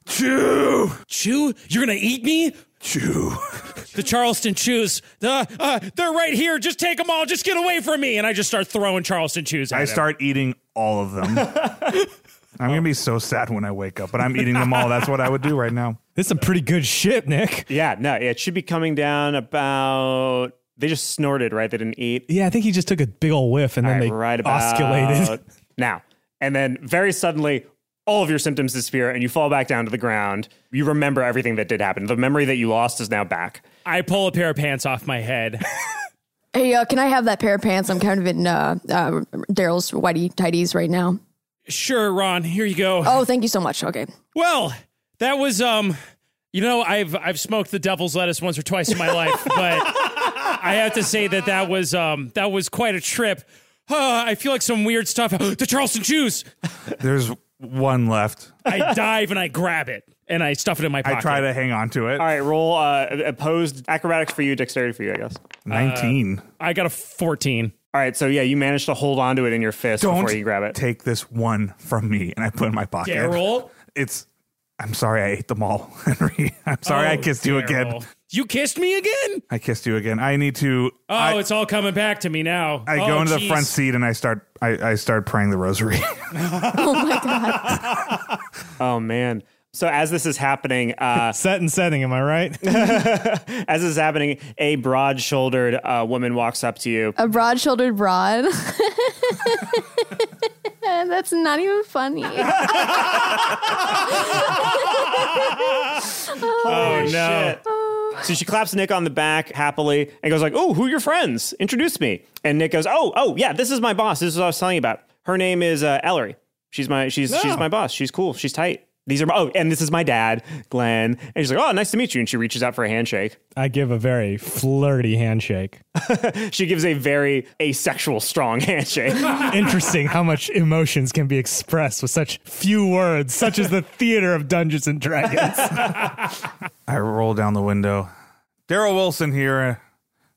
G: Chew,
F: Chew? You're gonna eat me?
G: chew.
F: (laughs) The Charleston chews. Uh, uh, they're right here. Just take them all. Just get away from me. And I just start throwing Charleston chews. At
G: I
F: him.
G: start eating all of
D: (laughs)
G: them. I'm gonna be so sad when I wake up, but I'm eating them all. That's what I would do right now.
A: This is some pretty good shit, Nick.
D: Yeah, no, it should be coming down about. They just snorted, right? They didn't eat.
A: Yeah, I think he just took a big old whiff and then
D: All
A: they
D: right, right about
A: osculated.
D: (laughs) now, and then very suddenly, all of your symptoms disappear, and you fall back down to the ground. You remember everything that did happen. The memory that you lost is now back.
F: I pull a pair of pants off my head.
B: Hey, uh, can I have that pair of pants? I'm kind of in uh, uh, Daryl's whitey tighties right now.
F: sure, Ron. Here you go.
B: Oh, thank you so much. Okay.
F: Well, that was um you know, I've I've smoked the devil's lettuce once or twice in my life,
G: (laughs)
F: but I have to say that that was um that was quite a trip. Uh, I feel like some weird stuff. (gasps) the Charleston chews.
G: There's one left. (laughs)
F: I dive and I grab it and I stuff it in my pocket.
G: I try to hang on to it.
D: All right, roll uh, opposed acrobatics for you, dexterity for you, I guess.
F: uh,
G: 19.
F: I got a 14.
D: All right, so yeah, you managed to hold onto it in your fist before you grab it.
G: take this one from me. And I put it in my pocket.
F: Daryl.
G: It's. I'm sorry I ate them all, (laughs) Henry. I'm sorry I
F: Oh,
G: kissed you again.
F: Daryl. You kissed me again?
G: I kissed you again. I need to.
F: Oh,
G: I,
F: it's all coming back to me now.
G: I
F: oh,
G: go into the
F: geez.
G: front seat and I start. I, I start praying the rosary. (laughs)
F: (laughs)
D: Oh man. So as this is happening,
A: (laughs)
D: uh,
A: Set and setting, am I right?
D: (laughs) as this is happening, a broad-shouldered uh, woman walks up to you.
B: A broad shouldered broad. (laughs) That's not even funny. (laughs)
D: Oh no! So she claps Nick on the back happily and goes like, "Oh, who are your friends? Introduce me." And Nick goes, "Oh, oh yeah, this is my boss. This is what I was telling you about. Her name is uh, Ellery. She's my she's she's
G: Oh.
D: my boss. She's cool. She's tight. These are my, oh, and this is my dad, Glenn. And she's like, "Oh, nice to meet you." And she reaches out for a handshake.
A: (laughs)
D: (laughs)
A: I give a very flirty handshake.
D: She gives a very asexual,
G: (laughs)
D: strong (laughs) handshake.
A: (laughs) Interesting how much emotions can be expressed with such few words, such as the theater of Dungeons and Dragons.
G: I roll down the window. Daryl Wilson here.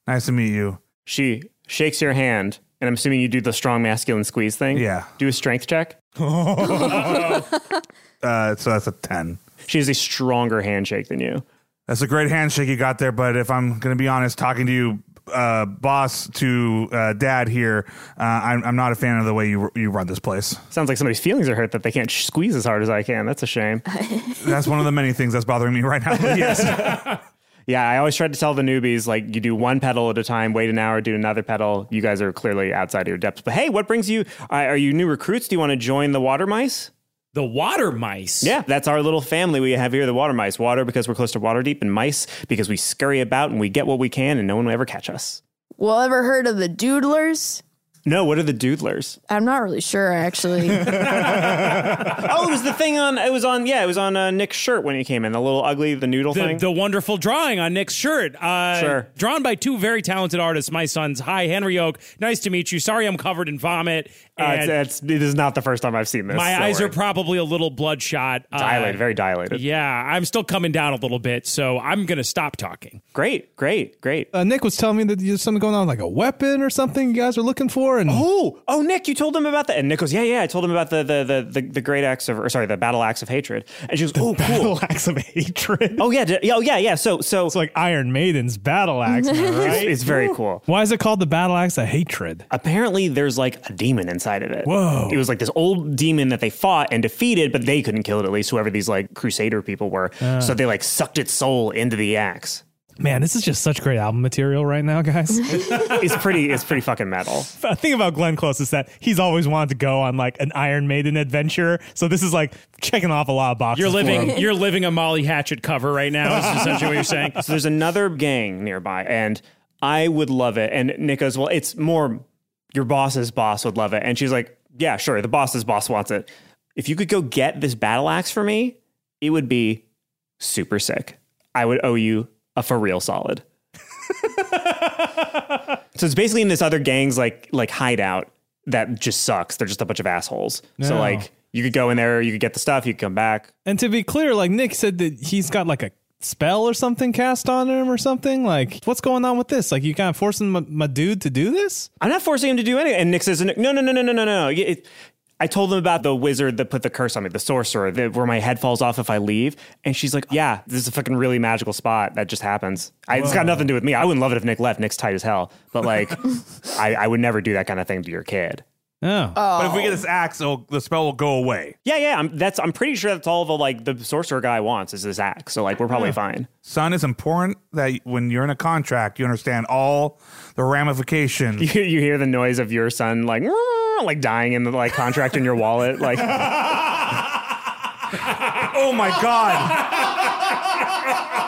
G: Nice to meet you.
D: she shakes your hand, and I'm assuming you do the strong masculine squeeze thing.
G: Yeah.
D: Do a strength check.
B: Oh.
G: Uh, so that's a ten.
D: She has a stronger handshake than you.
G: That's a great handshake you got there, but if I'm going to be honest, talking to you, uh, boss to uh, dad here, uh, I'm, I'm not a fan of the way you you run this place.
D: Sounds like somebody's feelings are hurt that they can't sh- squeeze as hard as I can. That's (laughs) a shame.
G: That's one of the many things that's bothering me right now.
D: (laughs)
G: But yes,
D: yeah, I always tried to tell the newbies like you do one pedal at a time, wait an hour, do another pedal. You guys are clearly outside of your depths. But hey, what brings you? Uh, are you new recruits? Do you want to join the water mice?
F: The water mice.
D: Yeah, that's our little family we have here, the water mice. Water because we're close to water deep, and mice because we scurry about and we get what we can, and no one will ever catch us.
B: well, ever heard of the doodlers?
D: No, what are the doodlers?
B: I'm not really sure,
D: (laughs)
B: actually.
D: Oh, it was the thing on. It was on. Yeah, it was on uh, Nick's shirt when he came in. The little ugly, the noodle
F: the,
D: thing.
F: the wonderful drawing on Nick's shirt. Uh,
D: Sure.
F: Drawn by two very talented artists, my sons. Hi, Henry Oak. Nice to meet you. Sorry I'm covered in vomit.
D: uh,
F: And
D: it's, it's- it is not the first time I've seen this.
F: my
D: so
F: eyes are
D: we're
F: probably a little bloodshot. Uh,
D: dilated, very dilated.
F: Yeah, I'm still coming down a little bit, so I'm going to stop talking.
D: Great, great, great.
A: (laughs) Uh, Nick was telling me that there's something going on, like a weapon or something you guys are looking for. And
D: Oh, oh, Nick, you told them about that. And Nick goes, yeah, yeah, I told him about the the the the, the great axe of, or sorry, the battle axe of hatred. And she goes, oh, cool.
A: axe of hatred.
D: Oh yeah, d- yeah, oh yeah, yeah. So so
A: It's like Iron Maiden's battle axe, man,
D: (laughs) it's,
A: right?
D: it's very cool.
A: Why is it called the battle axe of hatred?
D: Apparently, there's like a demon inside of it.
A: Whoa.
D: It was like this old demon that they fought and defeated, but they couldn't kill it. At least whoever these like crusader people were,
A: Ah.
D: so they like sucked its soul into the axe.
A: Man, this is just such great album material right now,
D: (laughs)
A: guys.
D: It's pretty. it's pretty fucking metal.
A: the thing about Glenn Close is that he's always wanted to go on like an Iron Maiden adventure. So this is like checking off a lot of boxes.
F: You're
A: for him.
D: (laughs)
F: living you're living a Molly Hatchet cover right now. Is essentially what
G: (laughs)
F: you're saying.
D: So there's another gang nearby, and I would love it. And Nick goes, Well, it's more your boss's boss would love it. And she's like, Yeah, sure. The boss's boss wants it. If you could go get this battle axe for me, it would be super sick. I would owe you a for real solid. (laughs) so it's basically in this other gang's like like hideout that just sucks. They're just a bunch of assholes. So
A: No.
D: like you could go in there, you could get the stuff, you could come back.
A: And to be clear, like Nick said that he's got like a spell or something cast on him or something. Like, what's going on with this? Like, you kind of forcing my, my dude to do this?
D: I'm not forcing him to do anything. And Nick says, no, no, no, no, no, no, no, no. It- I told them about the wizard that put the curse on me, the sorcerer, that where my head falls off if I leave. And she's like, yeah, this is a fucking really magical spot. That just happens. I, it's got nothing to do with me. I wouldn't love it if Nick left. Nick's tight as hell.
G: (laughs)
D: But like, I, I would never do that kind of thing to your kid.
A: Oh.
G: But if we get this axe, it'll, the spell will go away.
D: Yeah, yeah. I'm, that's, I'm pretty sure that's all the like the sorcerer guy wants is this axe. So like, we're probably fine.
G: Son, it's important that when you're in a contract, you understand all the ramifications.
D: (laughs) You, you hear the noise of your son like, (laughs) like dying in the like contract in your wallet.
G: (laughs)
D: Like,
G: Oh my god.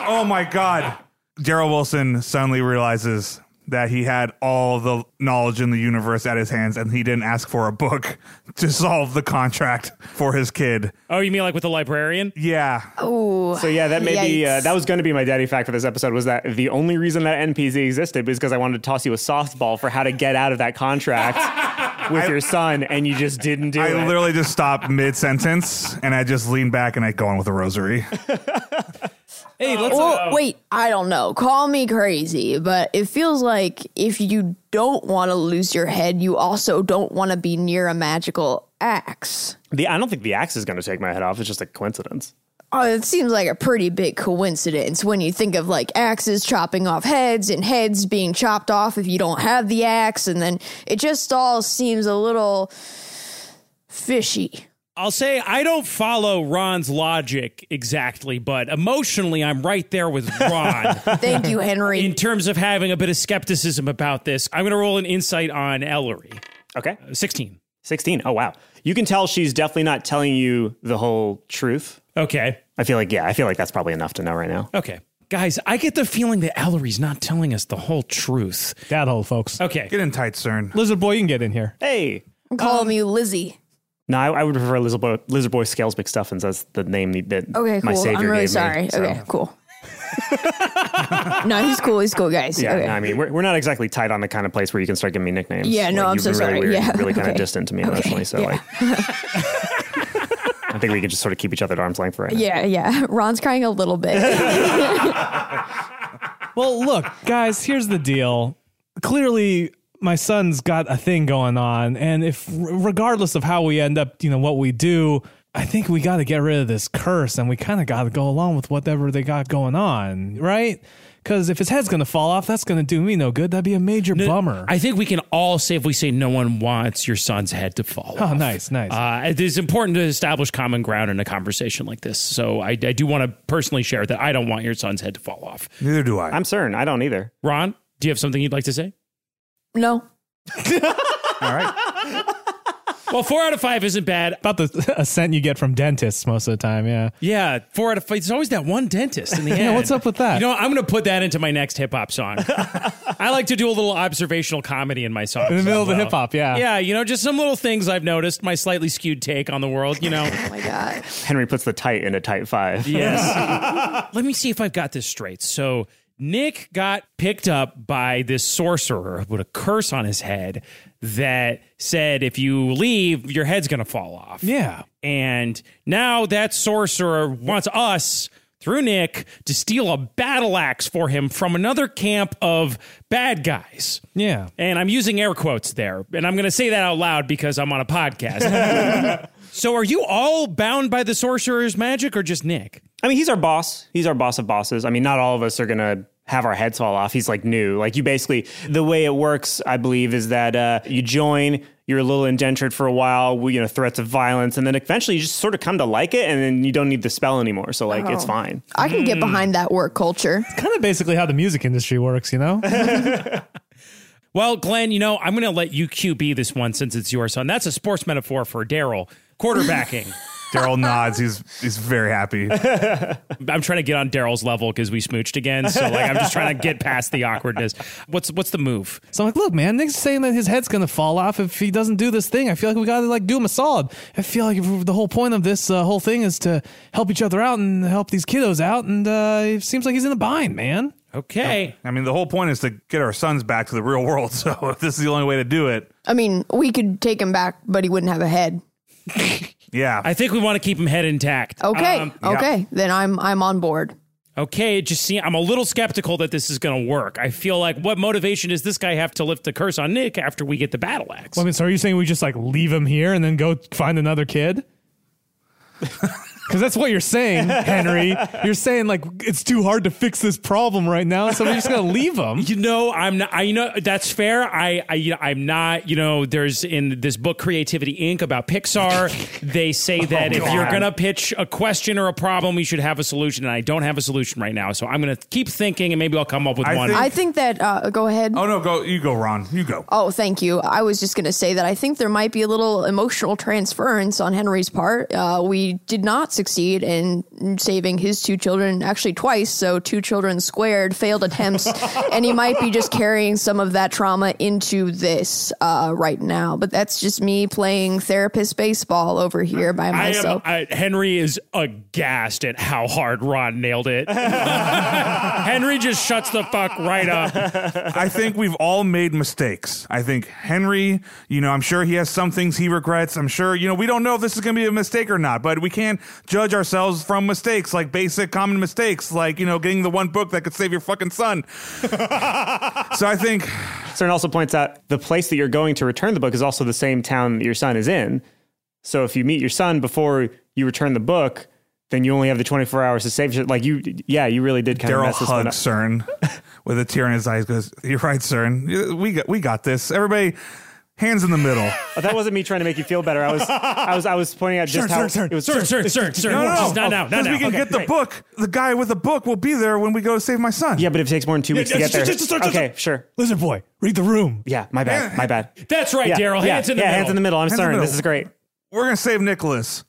G: oh my god. Daryl Wilson suddenly realizes that he had all the knowledge in the universe at his hands and he didn't ask for a book (laughs) to solve the contract for his kid.
F: Oh, you mean like with the librarian?
G: Yeah.
D: So yeah, that may be uh,
B: Yikes.
D: that was going to be my daddy fact for this episode was that the only reason that NPC existed was because I wanted to toss you a softball for how to get out of
B: (laughs)
D: that contract with your son, and you just didn't do it.
G: I literally just stopped mid sentence and I just leaned back and I go on with the rosary.
A: Hey, let's.
B: Well, wait, I don't know. Call me crazy, but it feels like if you don't want to lose your head, you also don't want to be near a magical axe.
D: the, I don't think the axe is going to take my head off. It's just a coincidence.
B: Oh, it seems like a pretty big coincidence when you think of like axes chopping off heads and heads being chopped off if you don't have the axe, and then it just all seems a little fishy.
F: I'll say I don't follow Ron's logic exactly, but emotionally I'm right there with
B: (laughs)
F: Ron.
B: Thank you, Henry.
F: in terms of having a bit of skepticism about this, I'm going to roll an insight on Ellery. Uh,
D: Okay,
F: 16.
D: sixteen. Oh wow, you can tell she's definitely not telling you the whole truth.
F: Okay.
D: I feel like yeah, I feel like that's probably enough to know right now.
F: Okay. Guys, I get the feeling that Ellery's not telling us the whole truth.
A: Dad hole, folks.
F: Okay.
G: Get in tight, CERN.
A: Lizard Boy, you can get in here.
D: Hey.
B: Call
F: Um.
B: me Lizzie.
D: No, I, I would prefer Lizard Boy, Lizard Boy Scales McStuffins. That's the name that
B: Okay,
D: my
B: cool.
D: savior
B: I'm really
D: gave
B: sorry.
D: me. so-
B: Okay, cool. no, he's cool. He's cool, guys.
D: Yeah,
B: okay.
D: no, I mean, we're, we're not exactly tied on the kind of place where you can start giving me nicknames.
B: Yeah, no,
D: Like,
B: I'm
D: you've
B: so
D: been
B: sorry.
D: Really weird,
B: Yeah,
D: really kind of
B: okay.
D: distant to me
B: Okay,
D: emotionally. So,
B: yeah.
D: like, (laughs) I think we can just sort of keep each other at arm's length for right now.
B: Yeah, yeah. (laughs) Ron's crying a little bit.
F: (laughs)
A: Well, look, guys, here's the deal. Clearly, my son's got a thing going on, and if regardless of how we end up, you know, what we do, I think we got to get rid of this curse and we kind of got to go along with whatever they got going on, right? Cuz if his head's going to fall off, that's going to do me no good. That'd be a major bummer.
F: I think we can all say if we say no one wants your son's head to fall.
A: oh,
F: off.
A: nice, nice.
F: Uh, it is important to establish common ground in a conversation like this. So I, I do want to personally share that I don't want your son's head to fall off.
G: Neither do I.
D: I'm certain. I don't either.
F: Ron, do you have something you'd like to say?
B: no.
G: All right.
F: Well, four out of five isn't bad.
A: (laughs) About the (laughs) a scent you get from dentists most of the time. Yeah.
F: Yeah, four out of five. There's always that one dentist (laughs) in the end.
A: what's up with that?
F: You know, what? I'm going to put that into my next hip hop song. (laughs) I like to do a little observational comedy in my songs.
A: In the middle of the
F: as well.
A: hip-hop, yeah.
F: Yeah, you know, just some little things I've noticed, my slightly skewed take on the world, you know.
B: (laughs) Oh my god.
D: Henry puts the tight in a tight
F: (laughs)
D: five. (laughs)
F: Let me see if I've got this straight. So Nick got picked up by this sorcerer with a curse on his head that said, if you leave, your head's going to fall off.
A: Yeah.
F: And now that sorcerer wants us, through Nick, to steal a battle axe for him from another camp of bad guys.
A: Yeah.
F: And I'm using air quotes there. And I'm going to say that out loud because I'm on a
A: (laughs)
F: podcast. so are you all bound by the sorcerer's magic or just Nick?
D: I mean, he's our boss. He's our boss of bosses. I mean, not all of us are going to have our heads fall off. He's like new. Like, you basically, the way it works, I believe, is that uh, you join, you're a little indentured for a while, we- you know, threats of violence, and then eventually you just sort of come to like it, and then you don't need the spell anymore. So, like,
A: Oh.
D: it's fine.
B: Oh. I can get behind that work culture.
A: Kind of basically how the music industry works, you
D: (laughs)
A: know?
F: Well, Glenn, you know, I'm going to let you QB this one since it's your son. That's a sports metaphor for Daryl. Quarterbacking.
G: Daryl nods. He's he's very happy.
F: (laughs) I'm trying to get on Daryl's level because we smooched again. So like I'm just trying to get past the awkwardness. What's what's the move?
A: So I'm like, look, man, Nick's saying that his head's gonna fall off if he doesn't do this thing. I feel like we gotta like do him a solid. I feel like if the whole point of this uh, whole thing is to help each other out and help these kiddos out, and uh, it seems like he's in a bind, man.
F: Okay.
G: I mean, the whole point is to get our sons back to the real world. (laughs) So if this is the only way to do it,
B: I mean, we could take him back, but he wouldn't have a head.
G: yeah.
F: I think we want to keep him head intact.
B: Okay.
F: Um,
B: okay. Then I'm I'm on board.
F: okay. It just see, I'm a little skeptical that this is going to work. I feel like what motivation does this guy have to lift the curse on Nick after we get the battle axe?
A: I mean, so are you saying we just like leave him here and then go find
G: (laughs)
A: another kid? Because that's what you're saying, Henry. You're saying like it's too hard to fix this problem right now, so we're just gonna leave him.
F: You know, I'm not. I, you know, that's fair. I, I, you know, I'm not. You know, there's in this book Creativity Inc. about Pixar. they
A: (laughs) Oh,
F: say that if you're gonna pitch a question or a problem, you should have a solution. And I don't have a solution right now, so I'm gonna keep thinking, and maybe I'll come up with
G: I
F: one.
G: think-
B: I think that uh, go ahead.
G: oh no, go you go, Ron. You go.
B: Oh, thank you. I was just going to say that I think there might be a little emotional transference on Henry's part. Uh, we did not succeed in saving his two children, actually twice, so two children squared, failed
F: (laughs)
B: attempts, and he might be just carrying some of that trauma into this uh, right now. But that's just me playing therapist baseball over here by
F: I am. (laughs)
B: myself.
F: I, Henry is aghast at how hard Ron nailed
A: (laughs)
F: it. Henry just shuts the fuck right up.
A: (laughs)
G: I think we've all made mistakes. I think Henry, you know, I'm sure he has some things he regrets. I'm sure, you know, we don't know if this is going to be a mistake or not, but we can't judge ourselves from mistakes, like basic common mistakes, like, you know, getting the one book that could save your fucking son. so I think,
D: Cern also points out the place that you're going to return the book is also the same town that your son is in. So if you meet your son before you return the book, then you only have the 24 hours to save it. Like you, yeah, you really did kind of
G: Daryl
D: mess this one up.
G: hugs CERN with a tear in his eyes, goes, You're right, CERN. We got, we got this. Everybody, hands in the middle.
D: Oh, that wasn't me trying to make you feel better. I was, I was, I was pointing out just
A: Cern,
D: how
A: Cern, Cern,
D: it was.
F: Sir, sir, sir, sir.
G: No, no,
F: Just
G: no.
F: not now, not
G: Because
F: now.
G: we can
F: Okay,
G: get the
F: great.
G: book. The guy with the book will be there when we go to save my son.
D: Yeah, but if it takes more than two weeks to get there.
A: Sir, sir, sir, sir,
D: okay,
A: sir.
D: sure.
A: Lizard boy, read the room.
D: Yeah, my bad, my bad.
F: That's right,
D: Yeah,
F: Daryl.
D: yeah,
F: Hands in the
D: yeah,
F: middle.
D: hands in the middle. I'm
G: in the
D: Cern. This
G: middle.
D: is great.
G: We're going to save Nicholas.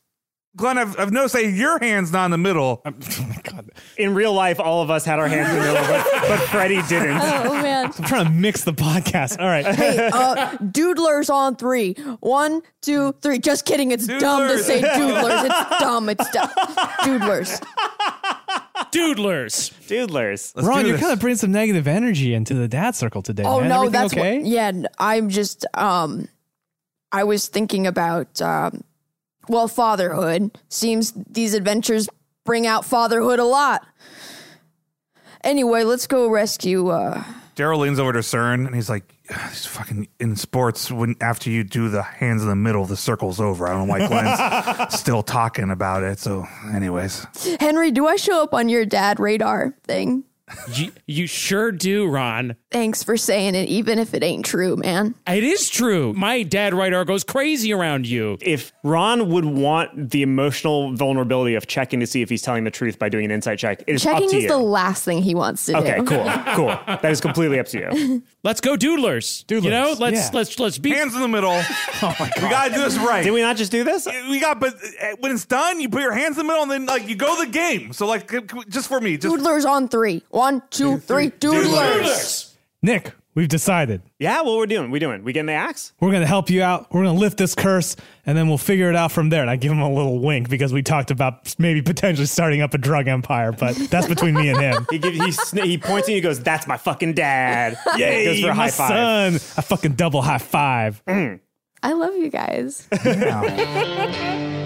G: Glenn, I've, I've noticed that your hand's not in the middle.
D: (laughs)
A: Oh my god,
D: In real life, all of us had our hands in the middle, but, but Freddie didn't.
H: Oh
G: (laughs)
H: man.
A: I'm trying to mix the podcast. All right.
B: Hey, uh, doodlers on three. One, two, three. Just kidding. It's dumb to
G: Doodlers.
B: say doodlers.
F: (laughs)
B: It's dumb. It's dumb. Doodlers.
F: Doodlers.
D: Doodlers.
G: Let's
A: Ron,
G: do
A: you're
G: this.
A: kind of bringing some negative energy into the dad circle today.
B: Oh
A: man.
B: no,
A: Everything
B: that's
A: okay.
B: What, yeah, n- I'm just um I was thinking about um well, fatherhood. Seems these adventures bring out fatherhood a lot. Anyway, let's go rescue uh
G: Daryl leans over to CERN and he's like, "It's fucking in sports when after you do the hands in the middle, the circle's over." I don't know why
D: (laughs)
G: Glenn's still talking about it. So, anyways,
B: Henry, do I show up on your dad radar thing?
I: you, you sure do, Ron.
J: Thanks for saying it, even if it ain't true, man.
I: It is true. My dad right arm goes crazy around you.
D: If Ron would want the emotional vulnerability of checking to see if he's telling the truth by doing an insight check, it is
J: Checking
D: up to
J: is
D: you.
J: the last thing he wants to
D: okay,
J: do.
B: (laughs)
D: cool,
J: (laughs)
D: cool. That is completely up to you.
I: Let's go doodlers. You know,
K: Doodlers,
I: let's
K: yeah.
I: let's let's be
G: Hands in the
D: (laughs)
G: middle. We gotta do this right.
D: Oh Did we not just do this?
G: we got, but uh, when it's done, you put your hands in the middle, and then like you go the game. So like, c- c- just for me, just
J: Doodlers on three. One, two, three. Doodlers.
K: Nick, we've decided.
D: Yeah, well, we're doing. We're doing. We getting the axe?
K: We're going to help you out. We're going to lift this curse and then we'll figure it out from there. And I give him a little wink because we talked about maybe potentially starting up a drug empire, but that's between me and him.
D: He gives, he, sn- he points and he goes, "That's my fucking dad."
K: Yay,
D: He goes for a
K: my
D: high five.
K: son. A fucking double high five.
J: I love you guys.
B: (laughs)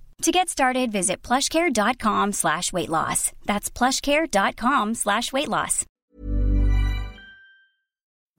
L: To get started, visit plushcare.com slash weight loss. That's plushcare.com slash weight loss.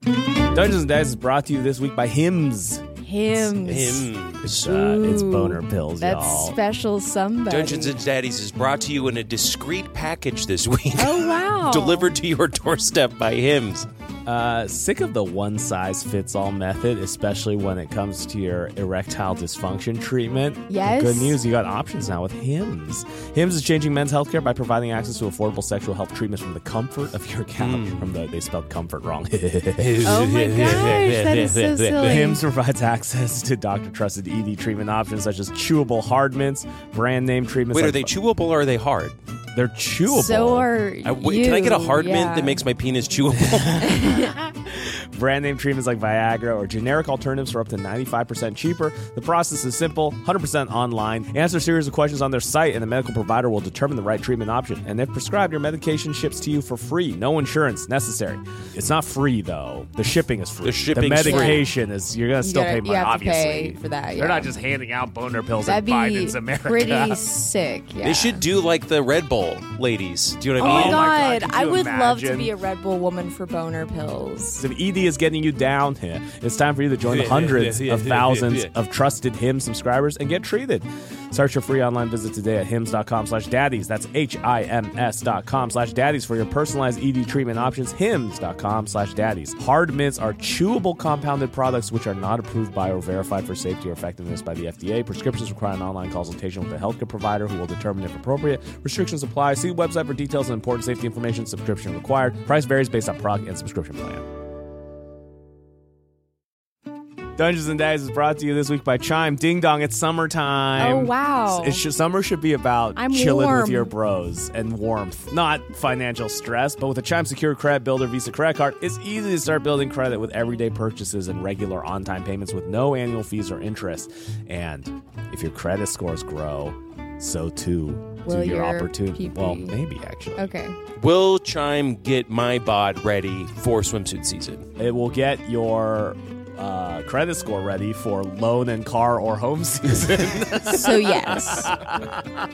A: Dungeons and Dice is brought to you this week by Hims.
B: Him.
A: It's, uh, it's boner pills,
B: That
A: y'all.
B: special somebody.
F: Dungeons and Daddies is brought to you in a discreet package this week,
M: (laughs)
B: oh wow.
F: (laughs) delivered to your doorstep by Hims.
A: Uh, sick of the one size fits all method, especially when it comes to your erectile dysfunction treatment.
B: Yes.
A: Good news, you got options now with Hims. Hims is changing men's healthcare by providing access to affordable sexual health treatments from the comfort of your couch.
F: Hmm.
A: From the they spelled
F: (laughs)
A: comfort wrong.
B: Oh my gosh, that is
A: (laughs)
B: so silly.
A: Hims provides access to doctor trusted ED treatment options such as chewable hard mints, brand name treatments.
F: Wait,
A: like-
F: are they chewable or are they hard?
A: They're chewable.
B: So are
F: I- wait,
B: you.
F: can I get a hard mint
B: yeah.
F: that makes my penis
B: (laughs)
F: chewable?
A: (laughs) Brand name treatments like Viagra or generic alternatives for up to 95% cheaper. The process is simple, 100% online. Answer a series of questions on their site, and the medical provider will determine the right treatment option. And if prescribed, your medication ships to you for free. No insurance necessary. It's not free, though. The shipping is free.
F: The shipping's
A: medication is, you're going to still
B: gotta-
A: pay
B: you
A: money,
B: have to
A: obviously.
B: pay for that,
A: They're
B: yeah.
A: not just handing out boner pills
B: That'd
A: in Biden's
B: be
A: America.
B: pretty sick. Yeah.
F: They should do like the Red Bull ladies. Do you
B: Oh
F: know what I
B: my
F: mean?
B: god,
A: God, could
B: I
A: you
B: would love to
A: imagine?
B: be a Red Bull woman for boner pills.
A: If ED is getting you down, yeah, it's time for you to join the
F: Yeah,
A: hundreds
F: yeah, yeah,
A: of
F: yeah,
A: thousands
F: yeah, yeah.
A: of trusted Hims subscribers and get treated. Start your free online visit today at hims.com slash daddies. That's H-I-M-S dot com slash daddies for your personalized ED treatment options. Hims.com slash daddies. Hard mints are chewable compounded products which are not approved by or verified for safety or effectiveness by the FDA. Prescriptions require an online consultation with a healthcare provider who will determine if appropriate. Restrictions apply. See website for details and important safety information. Subscription required. Price varies based on product and subscription plan. Dungeons and Dads is brought to you this week by Chime. Ding dong, it's summertime.
B: Oh, wow.
A: S- It should, summer should be about
B: I'm
A: chilling with
B: warm.
A: your bros and warmth, not financial stress. But with a Chime Secure Credit Builder Visa credit card, it's easy to start building credit with everyday purchases and regular on time payments with no annual fees or interest. And if your credit scores grow, so too
B: Will
A: do your
B: your
A: opportunity.
B: PP.
A: Well, maybe actually.
B: Okay.
F: Will Chime get my bod ready for swimsuit season?
A: It will get your uh, credit score ready for loan and car or home (laughs) season.
B: So yes.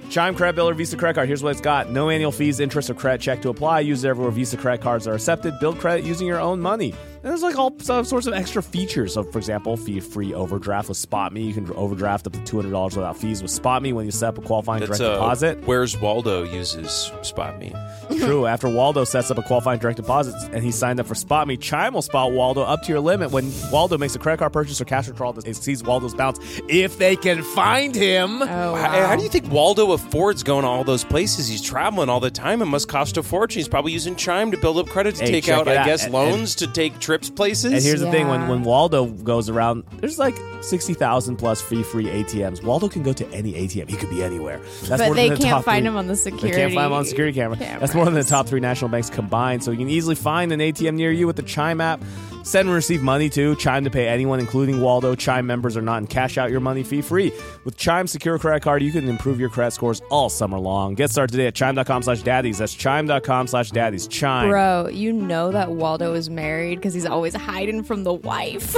A: Chime Credit Builder Visa Credit Card. Here's what it's got: no annual fees, interest, or credit check to apply. Use it everywhere Visa credit cards are accepted. Build credit using your own money. And there's like all some sorts of extra features. So, for example, fee free overdraft with SpotMe. You can overdraft up to two hundred dollars without fees with SpotMe when you set up a qualifying
F: That's
A: direct
F: (laughs)
A: deposit.
F: Uh, Where's Waldo uses Spot Me.
A: True. After Waldo sets up a qualifying direct deposit and he signed up for Spot Me, Chime will spot Waldo up to your limit when Waldo makes a credit card purchase or cash withdrawal that exceeds Waldo's balance if they can find him.
B: Oh,
F: How, Uh, how
B: wow.
F: do you think Waldo affords going to all those places? He's traveling all the time. It must cost a fortune. He's probably using Chime to build up credit to
A: Hey,
F: take
A: check
F: out,
A: it
F: I
A: out.
F: guess,
A: And-
F: loans to take trips places.
A: And here's the thing: when,
B: Yeah.
A: when Waldo goes around, there's like sixty thousand plus fee free ATMs. Waldo can go to any ATM; he could be anywhere. That's
B: but
A: more
B: they
A: than the
B: can't
A: top
B: find
A: three-
B: him on the
A: They
B: security.
A: can't find him on security camera. That's more than the
B: cameras.
A: top three national banks combined. So you can easily find an ATM near you with the Chime app.
N: Send and receive money to Chime to pay anyone, including Waldo. Chime members are not in cash out your money fee free. With Chime Secure Credit Card, you can improve your credit scores all summer long. Get started today at chime.com slash daddies. That's chime.com slash daddies. Chime.
H: Bro, you know that Waldo is married because he's always hiding from the wife.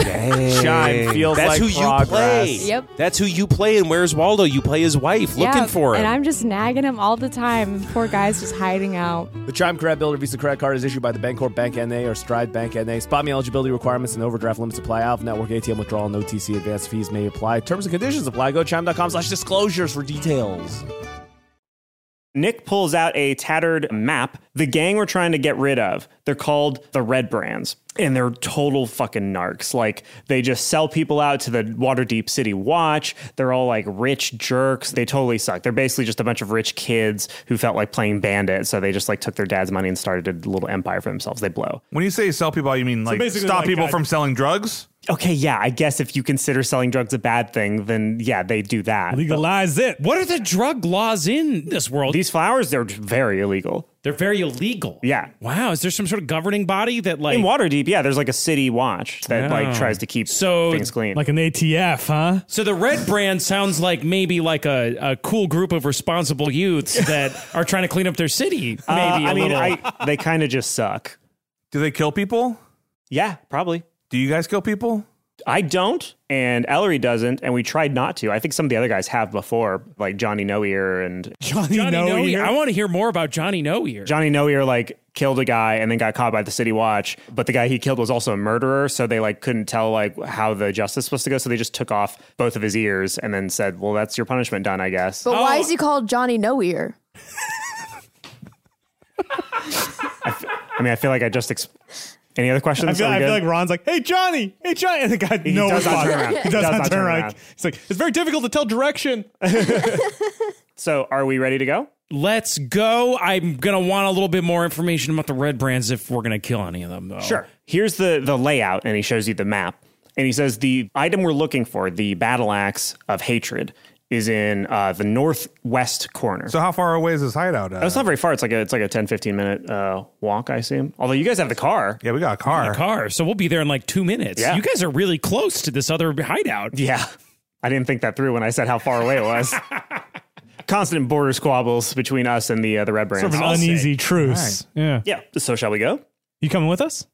N: Chime feels like
O: That's who
N: progress.
O: you play.
H: Yep.
O: That's who you play. And where's Waldo? You play his
B: (laughs)
O: wife, looking
H: Yeah,
O: for him.
H: And I'm just nagging him all the time. Poor guy's just hiding out.
N: The Chime Credit Builder Visa Credit Card is issued by the Bancorp Bank NA or Stride Bank NA. Spot me eligibility requirements and overdraft limits apply. Out of network ATM withdrawal and OTC advance fees may apply. Terms and conditions apply. Go to chime.com slash disclosures for details.
D: Nick pulls out a tattered map. The gang we're trying to get rid of, they're called the Red Brands. And they're total fucking narcs. Like, they just sell people out to the Waterdeep City Watch. They're all like rich jerks. They totally suck. They're basically just a bunch of rich kids who felt like playing bandit. So they just like took their dad's money and started a little empire for themselves. They blow.
G: When you say sell people out, you mean like
A: basically,
G: stop
A: like,
G: people
A: uh,
G: from selling drugs?
D: Okay, yeah, I guess if you consider selling drugs a bad thing, then yeah, they do that.
A: Legalize it.
F: What are the drug laws in this world?
D: These flowers, they're very illegal.
F: They're very illegal.
D: Yeah.
F: Wow. Is there some sort of governing body that like
D: In Waterdeep, yeah, there's like a city watch that like tries to keep
F: So,
D: things clean.
A: Like an ATF, huh?
F: So the red brand sounds like maybe like a, a cool group of responsible
A: (laughs)
F: youths that are trying to clean up their city. Maybe
D: Uh, I
F: a
D: mean,
F: little.
D: I, they kind of just suck.
G: Do they kill people?
D: Yeah, probably.
G: Do you guys kill people?
D: I don't, and Ellery doesn't, and we tried not to. I think some of the other guys have before, like Johnny No Ear and
A: Johnny,
F: Johnny
A: No
F: No Ear.
A: Ear.
F: I want to hear more about Johnny No Ear.
D: Johnny No Ear like killed a guy and then got caught by the city watch, but the guy he killed was also a murderer, so they like couldn't tell like how the justice was supposed to go, so they just took off both of his ears and then said, "Well, that's your punishment, done, I guess."
B: But why
F: Oh.
B: is he called Johnny No Ear?
D: I mean, I feel like I just. Ex- any other questions?
A: I feel,
D: Are we
A: I feel
D: good?
A: like Ron's like, hey, Johnny, hey, Johnny. And the guy,
D: He
A: no
D: does
A: response.
D: not turn around.
A: He does, not, turn around. It's like, it's very difficult to tell direction.
D: so, are we ready to go?
F: Let's go. I'm gonna want a little bit more information about the red brands if we're gonna kill any of them.
G: Oh.
F: Though.
D: Sure. Here's the the layout, and he shows you the map, and he says the item we're looking for, the battle axe of hatred, is in uh, the northwest corner.
G: So how far away is this
D: (laughs)
G: hideout? Uh,
D: it's not very far. It's like a it's like a 10, 15 minute uh, walk, I assume. Although you guys have the car.
G: yeah, we got a car.
F: Car. So we'll be there in like two minutes.
D: Yeah.
F: You guys are really close to this other hideout.
D: Yeah. I didn't think that through when I said how far away
F: (laughs)
D: it was. Constant border squabbles between us and the uh, the red brands.
A: Sort of an uneasy truce. Yeah.
D: yeah. So shall we go?
A: You coming with us?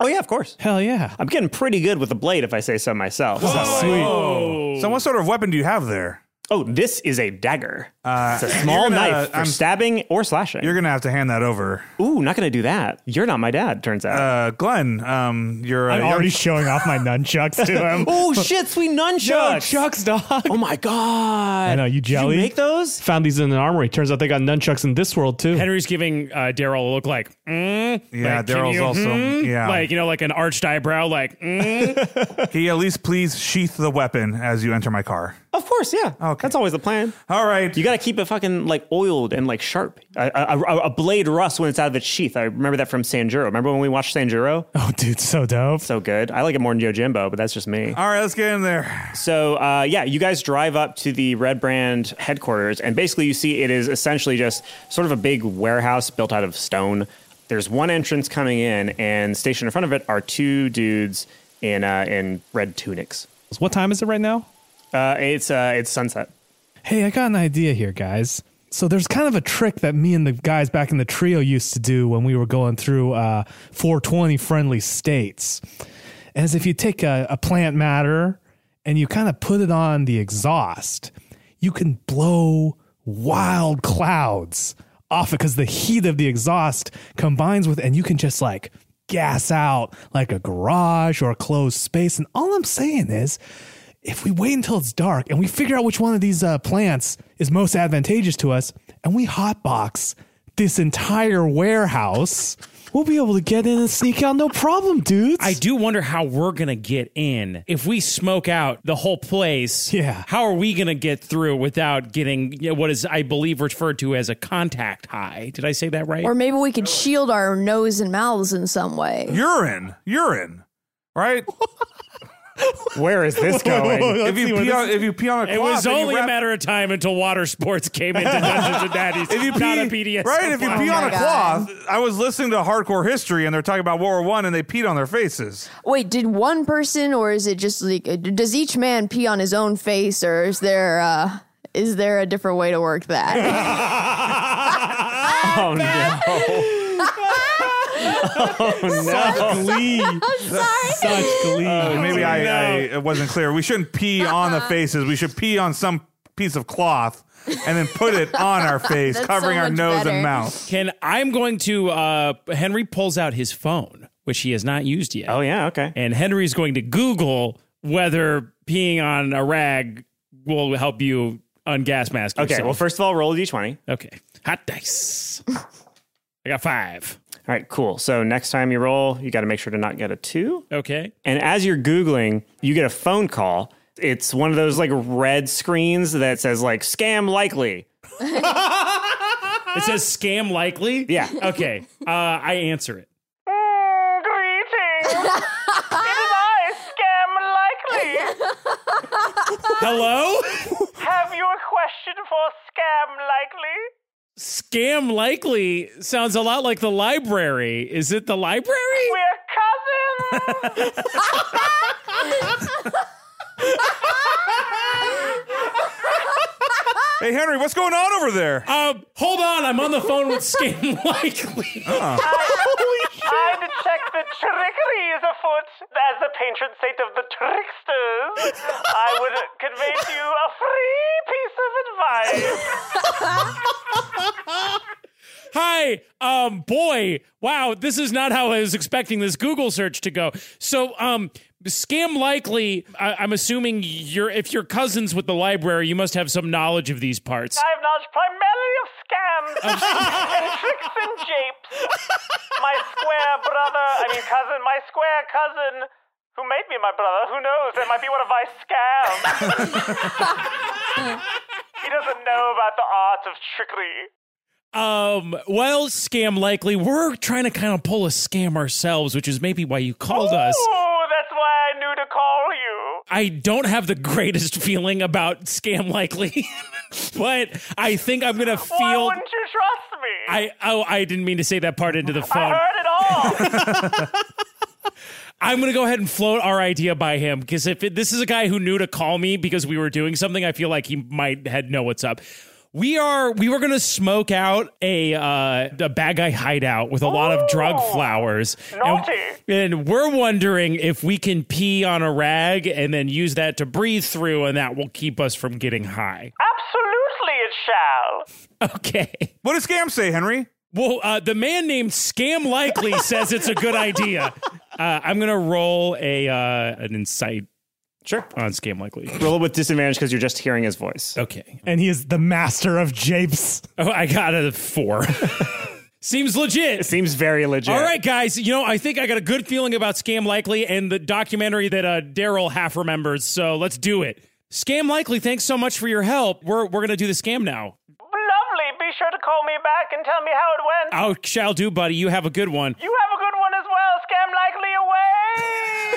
D: Oh yeah, of course.
A: Hell yeah.
D: I'm getting pretty good with the blade, if I say so myself. So-
G: So what sort of weapon do you have there?
D: Oh, this is a dagger.
G: Uh,
D: it's a small
G: you're gonna-
D: knife for
G: I'm-
D: stabbing or slashing.
G: You're gonna have to hand that over,
D: Ooh, not going to do that. You're not my dad, turns out.
G: uh, Glenn. Um, you're uh,
A: I'm
G: young-
A: already showing off my nunchucks
D: (laughs)
A: to him.
D: oh, shit, sweet nunchucks.
A: chucks, dog.
D: oh, my God.
A: I know, you
D: Did
A: jelly?
D: you make those?
A: Found these in an armory. Turns out they got nunchucks in this world, too.
F: Henry's giving uh, Daryl a look like, mm,
G: Yeah,
F: like, can
G: Daryl's
F: you,
G: also-
F: mm?
G: yeah.
F: like you know, like an arched eyebrow, like,
A: (laughs)
F: mm.
G: He at least please sheath the weapon as you enter my car.
D: Of course, yeah.
G: Okay.
D: That's always the plan.
G: All right.
D: You got to keep it fucking like oiled and like sharp. A, a, a- a blade rusts when it's out of its sheath. I remember that from Sanjuro. Remember when we watched Sanjuro?
A: oh, dude, so dope.
D: So good. I like it more than Yojimbo, but that's just me.
G: All right, let's get in there.
D: So uh, yeah, you guys drive up to the Red Brand headquarters, and basically you see it is essentially just sort of a big warehouse built out of stone. There's one entrance coming in, and stationed in front of it are two dudes in uh, in red tunics.
A: What time is it right now?
D: Uh, it's uh, it's sunset.
A: Hey, I got an idea here, guys. So there's kind of a trick that me and the guys back in the trio used to do when we were going through uh, 420 friendly states. As if you take a, a plant matter and you kind of put it on the exhaust, you can blow wild clouds off it because the heat of the exhaust combines with, and you can just like gas out like a garage or a closed space. And all I'm saying is, if we wait until it's dark and we figure out which one of these uh, plants is most advantageous to us and we hotbox this entire warehouse, we'll be able to get in and sneak out no problem, dudes.
F: I do wonder how we're gonna get in if we smoke out the whole place.
A: Yeah.
F: how are we gonna get through without getting you know, what is I believe referred to as a contact high? Did I say that right?
B: Or maybe we could shield our nose and mouths in some way.
G: Urine, urine. Right?
D: Where is this going?
G: if you pee on, if you pee on a
F: It
G: cloth,
F: was
G: then you
F: only a
G: wrap-
F: matter of time until water sports came into Dungeons and Daddies.
G: If you pee,
F: (laughs) not a BDSM.
G: right? If you
F: Oh
G: pee on a cloth, I was listening to Hardcore History, and they're talking about World War One, and they peed on their faces.
B: Wait, did one person, or is it just like, uh, does each man pee on his own face, or is there, uh, is there a different way to work that?
D: Oh no!
G: Oh no! Such glee. Such
F: Oh,
G: glee. maybe I,
F: (laughs)
G: I it wasn't clear. We shouldn't pee on
B: Uh-huh.
G: the faces. We should pee on some piece of cloth and then put it
B: (laughs)
G: on our face,
B: That's
G: covering
B: so
G: our
B: much
G: nose
B: better.
G: and mouth.
F: Can I'm going to uh Henry pulls out his phone, which he has not used yet.
D: Oh yeah, okay.
F: And Henry's going to Google whether peeing on a rag will help you ungas mask
D: Okay.
F: yourself.
D: Well, first of all, roll a d20.
F: okay. Hot dice. I got five.
D: All right, cool. So next time you roll, you got to make sure to not get a two.
F: Okay.
D: And as you're Googling, you get a phone call. It's one of those like red screens that says like scam likely.
F: (laughs) It says scam likely.
D: Yeah.
F: (laughs) Okay. Uh, I answer it.
E: Mm, greetings. it is I, Scam Likely.
F: Hello?
E: Have you a question for Scam Likely?
F: Scam likely sounds a lot like the library. Is it the library?
E: We're cousins.
G: Hey Henry, what's going on over there?
F: Um, hold on, I'm on the phone
G: (laughs)
F: with Scam Likely.
G: Ah.
E: (laughs) I detect the trickery is afoot. As the patron saint of the tricksters, I would convey to you a free piece of advice.
F: Hi, um, boy, wow, this is not how I was expecting this Google search to go. So, um, Scam Likely, I- I'm assuming you're if you're cousins with the library, you must have some knowledge of these parts.
E: I have knowledge primarily of scams and tricks and japes. My square brother, I mean cousin, my square cousin, who may be my brother, who knows? That might be one of my scams. he doesn't know about the art of trickery.
F: Um, well, Scam Likely, we're trying to kind of pull a scam ourselves, which is maybe why you called us.
E: Ooh, that's why I knew to call you.
F: I don't have the greatest (laughs) feeling about Scam Likely, (laughs) but I think I'm gonna
E: Why
F: feel.
E: wouldn't you trust me?
F: I oh I didn't mean to say that part into the
E: I
F: phone.
E: heard it all.
F: (laughs) I'm gonna go ahead and float our idea by him because if it, this is a guy who knew to call me because we were doing something, I feel like he might had know what's up. We are we were gonna smoke out a uh, a bad guy hideout with a lot of drug flowers.
E: Naughty.
F: And, and we're wondering if we can pee on a rag and then use that to breathe through, and that will keep us from getting high.
E: Absolutely, it shall.
F: Okay.
G: What does scam say, Henry?
F: Well, uh, the man named Scam Likely says it's a good idea. Uh, I'm gonna roll a uh, an insight. Sure. On Scam Likely.
D: Roll it with disadvantage because you're just hearing his voice.
F: Okay.
A: And he is the master of japes.
F: Oh, I got a four. (laughs) Seems legit.
D: Seems very legit.
F: All right, guys. You know, I think I got a good feeling about Scam Likely and the documentary that uh, Daryl half remembers. So let's do it. Scam Likely, thanks so much for your help. We're we're gonna do the scam now.
E: Lovely. Be sure to call me back and tell me how it went.
F: I shall do, buddy. You have a good one.
E: You have a good one as well, Scam Likely away!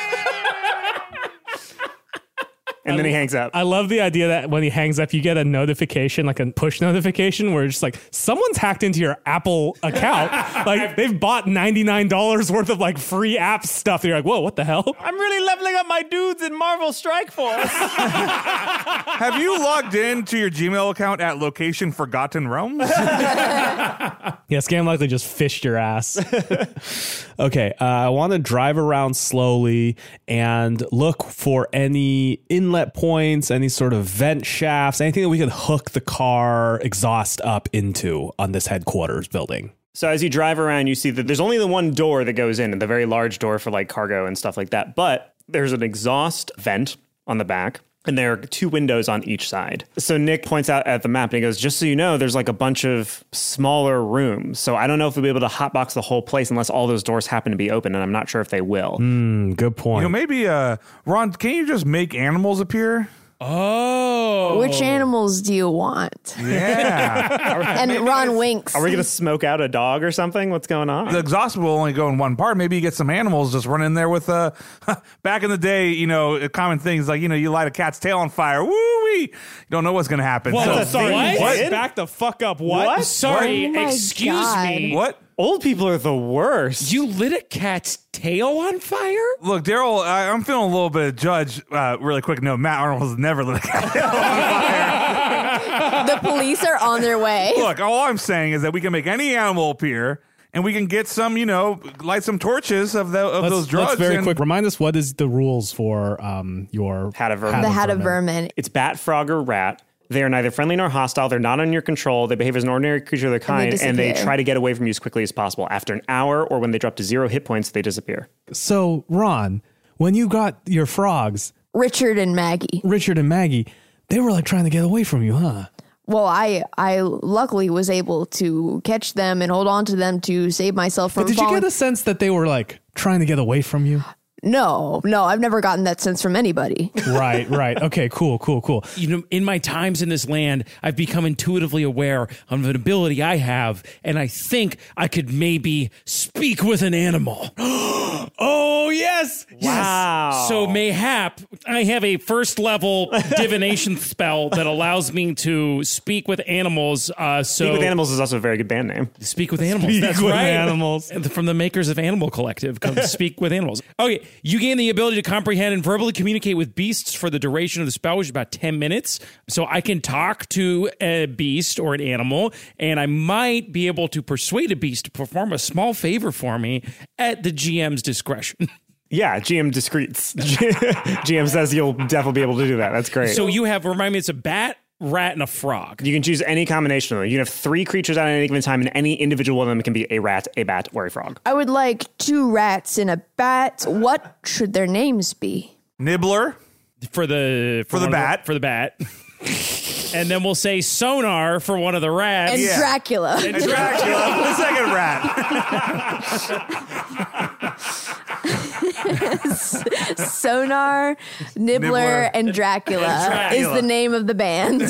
D: And then he hangs up.
A: I love the idea that when he hangs up, you get a notification, like a push notification, where it's just like someone's hacked into your Apple
F: (laughs)
A: account. like they've bought ninety nine dollars worth of like free app stuff. You're like, whoa, what the hell?
D: I'm really leveling up my dudes in Marvel Strike Force.
G: Have you logged in to your Gmail account at location Forgotten
F: (laughs)
G: Realms?
A: Yeah, Scam Likely just fished your ass. (laughs) okay, uh, I want to drive around slowly and look for any inlet points, any sort of vent shafts, anything that we could hook the car exhaust up into on this headquarters building.
D: so as you drive around, you see that there's only the one door that goes in, and the very large door for like cargo and stuff like that. But there's an exhaust vent on the back. And there are two windows on each side. So Nick points out at the map and he goes, Just so you know, there's like a bunch of smaller rooms. So I don't know if we'll be able to hotbox the whole place unless all those doors happen to be open. And I'm not sure if they will.
F: Hmm,
A: Good
G: You
A: point.
G: know, maybe uh, Ron, can you just make animals appear?
F: Oh.
B: Which animals do you want?
G: Yeah.
B: and Ron winks.
D: Are we going to smoke out a dog or something? What's going on?
G: The exhaust will only go in one part. Maybe you get some animals just run in there with uh (laughs) back in the day, you know, a common things like, you know, you light a cat's tail on fire. Woo wee. You don't know what's gonna happen.
A: Whoa,
G: So-
A: sorry,
F: What?
A: what? Back the fuck up. What?
D: What?
F: Sorry,
B: Oh my
F: excuse me.
G: What?
D: Old people are the worst.
F: You lit a cat's tail on fire?
G: Look, Daryl, I- I'm feeling a little bit of judge uh, really quick. No, Matt Arnold's never lit a cat on fire.
B: (laughs) the police are on
D: (laughs)
B: their way.
G: (laughs) Look, all I'm saying is that we can make any animal appear and we can get some, you know, light some torches of, the, of
A: Let's,
G: those drugs.
A: let's very
G: and-
A: quick remind us what is the rules for um your
D: Hat of vermin.
B: the hat of vermin.
D: It's bat, frog, or rat. They are neither friendly nor hostile. They're not under your control. They behave as an ordinary creature of their kind, and they,
B: disappear.
D: try to get away from you as quickly as possible. After an hour or when they drop to zero hit points, they disappear.
A: So Ron, when you got your frogs,
B: Richard and Maggie.
A: Richard and Maggie, they were like trying to get away from you, huh?
B: Well, I I luckily was able to catch them and hold on to them to save myself from
A: But did you
B: falling.
A: get a sense that they were like trying to get away
B: (laughs)
A: from you?
B: no, no, I've never gotten that sense from anybody.
A: right, right. Okay, cool, cool, cool.
F: You know, in my times in this land, I've become intuitively aware of an ability I have, and I think I could maybe speak with an animal. (gasps) oh, yes.
D: Wow.
F: So, mayhap, I have a first
D: (laughs)
F: level divination spell that allows me to speak with animals. Uh, so,
D: Speak with Animals is also a very good band name.
F: Speak with animals. That's
A: with
F: right.
A: animals.
F: And From the makers of Animal Collective
A: (laughs)
F: comes Speak with Animals. Okay, you gain the ability to comprehend and verbally communicate with beasts for the duration of the spell, which is about 10 minutes. So I can talk to a beast or an animal, and I might be able to persuade a beast to perform a small favor for me at the GM's discretion. (laughs)
D: Yeah, GM discreets. (laughs) GM says you'll definitely be able to do that. That's great.
F: So
D: So
F: you have, remind me, it's a bat, rat, and a frog.
D: you can choose any combination of them. You can have three creatures at any given time, and any individual of them can be a rat, a bat, or a frog.
B: I would like two rats and a bat. What should their names be?
G: Nibbler.
F: for the
G: For the
F: one of
G: bat.
F: for the bat. (laughs) and then we'll say sonar for one of the rats.
B: And
G: Yeah.
B: Dracula.
G: Dracula, (laughs) the second rat.
B: (laughs) Sonar, Nibbler,
G: Nibbler.
B: and Dracula,
G: Dracula.
B: is the name of the band. (laughs)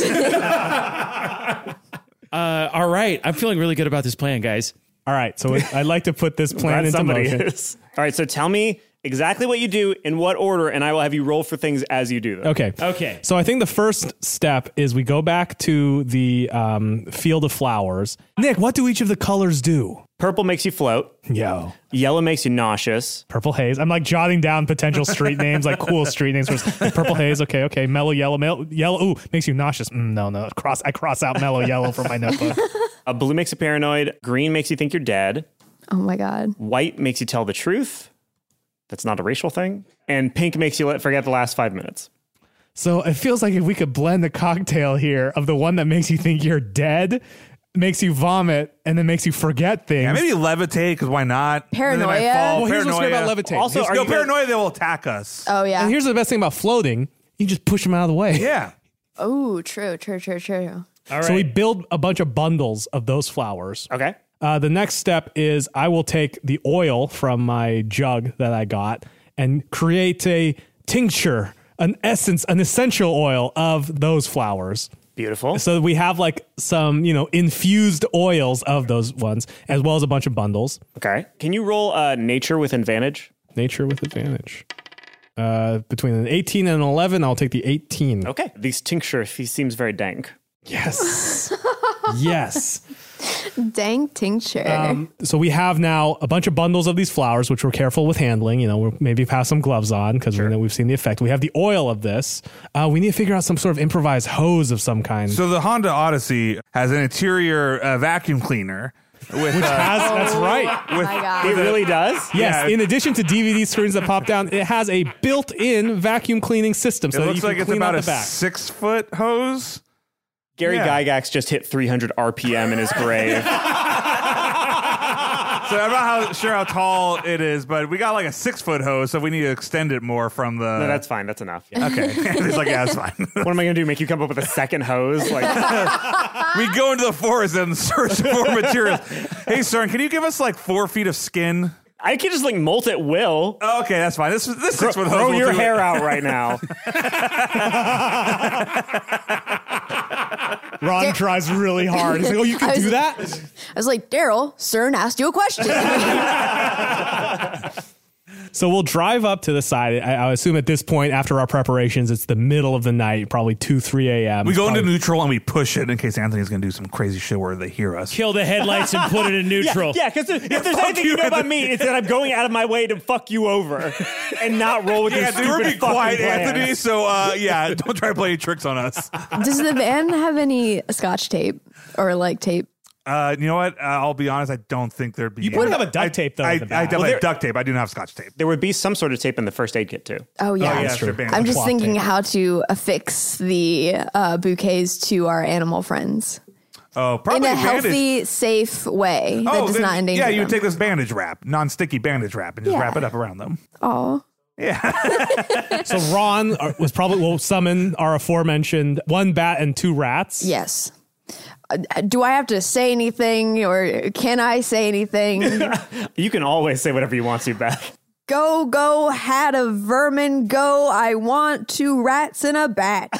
F: Uh, all right, I'm feeling really good about this plan, guys.
A: All right, so I'd like to put this plan
D: Glad
A: into
D: somebody
A: motion.
D: is. (laughs) All right, so tell me exactly what you do in what order, and I will have you roll for things as you do them.
A: Okay.
F: Okay.
A: So I think the first step is we go back to the um, field of flowers. Nick, what do each of the colors do?
D: Purple makes you float.
A: Yo,
D: Yellow makes you nauseous.
A: purple haze. I'm like jotting down potential street names,
G: (laughs)
A: like cool street names. First. Purple haze. Okay, okay. Mellow yellow. Mel- yellow. Ooh, makes you nauseous. Mm, no, no. Cross. I cross out mellow yellow from my notebook.
D: A blue makes you paranoid. Green makes you think you're dead.
B: (laughs) oh my God.
D: White makes you tell the truth. That's not a racial thing. And pink makes you let forget the last five minutes.
A: So it feels like if we could blend the cocktail here of the one that makes you think you're dead, makes you vomit, and then makes you forget things.
G: Yeah, maybe levitate because why not? And then I
B: Paranoia.
G: fall.
A: Well, here's what's good
G: Paranoia.
A: about levitating.
D: Also,
A: Here's-
D: are
G: no,
D: you guys-
G: paranoia, they will attack us.
B: Oh,
A: and
B: yeah.
A: here's the best thing about floating: you just push them out of the way.
G: yeah.
B: Oh, true, true, true, true.
A: So we build a bunch of bundles of those flowers.
D: Okay.
A: Uh, the next step is I will take the oil from my jug that I got and create a tincture, an essence, an essential oil of those flowers.
D: Beautiful.
A: So that we have like some, you know, infused oils of those ones, as well as a bunch of bundles.
D: Okay. Can you roll uh, nature with advantage?
A: Nature with advantage. Uh, between an 18 and an 11, I'll take the 18.
D: Okay. These tincture he seems very dank.
A: Yes. yes.
B: (laughs)
A: Um,
B: Dang tincture.
A: so we have now a bunch of bundles of these flowers, which we're careful with handling. You know, we're maybe have some gloves on because we know we've seen the effect. We have the oil of this. Uh, we need to figure out some sort of improvised hose of some kind.
G: So the Honda Odyssey has an interior uh, vacuum cleaner with. Uh,
A: Has- that's right.
G: with
B: Oh my God.
D: It
G: with a-
D: really does.
G: Yeah.
A: Yes. In addition to DVD screens that pop down, it has a built-in vacuum cleaning system.
G: It
A: so that you
G: looks
A: can
G: like it's
A: clean
G: about
A: out
G: a
A: the back.
G: six foot hose.
D: Gary
G: Yeah.
D: Gygax just hit 300 RPM in his
G: (laughs)
D: grave.
G: So I'm not how, sure how tall it is, but we got like a six foot hose, so we need to extend it more from the.
D: no, that's fine. That's enough.
G: okay. (laughs) it's like yeah, that's fine. (laughs)
D: What am I going to do? Make you come up with a second hose? Like,
G: we go into the forest and search for materials. Hey, Cern, can you give us like four feet of skin?
D: I can just like molt at will.
G: Okay, that's fine. This (laughs) this
D: grow,
G: is what
D: grow
G: we'll
D: your
G: do.
D: hair
G: (laughs)
D: out right now.
A: Ron tries really hard. He's like,
B: (laughs)
A: "Oh, you
B: I
A: can
B: was-
A: do that."
B: I was like, Daryl, CERN asked you a
A: (laughs)
B: question.
A: So we'll drive up to the side. I, I assume at this point, after our preparations, it's the middle of the night, probably two, three a.m.
G: We
A: It's
G: go into
A: probably-
G: neutral and we push it in case Anthony's going to do some crazy shit where they hear us.
F: Kill the headlights and put
G: (laughs)
F: it in neutral.
D: Yeah, because if there's
G: fuck
D: anything you
G: you,
D: know about
G: Anthony.
D: me, it's that I'm going out of my way to fuck you over and not roll with
G: Yeah,
D: your
G: dude,
D: stupid
G: be
D: fucking
G: quiet,
D: plans.
G: Anthony. So, uh, yeah, (laughs) don't try to play any tricks on us.
B: Does the van have any scotch tape or like tape?
G: Uh, you know what? Uh, I'll be honest. I don't think there'd be.
A: You probably have a duct tape though.
G: I, I
A: in the back.
G: definitely have duct tape. I didn't have scotch tape.
D: There would be some sort of tape in the first aid kit too.
B: Oh, yeah.
G: yeah, sure.
B: I'm just
A: Cloth
B: thinking
A: tape.
B: how to affix the uh, bouquets to our animal friends
G: Oh, probably
B: in a
G: bandage.
B: healthy, safe way that
G: Oh,
B: does
G: then-
B: not endanger
G: Yeah, you
B: them.
G: would take this bandage wrap, non-sticky bandage wrap, and just
B: Yeah.
G: wrap it up around them.
B: Aw.
A: so Ron uh, was probably will summon our aforementioned one bat and two rats.
B: Yes. Uh, Do I have to say anything or can I say
G: (laughs)
B: anything?
D: You can always say whatever you want to, Beth.
B: go, go, hat of vermin, go. I want two rats and a bat.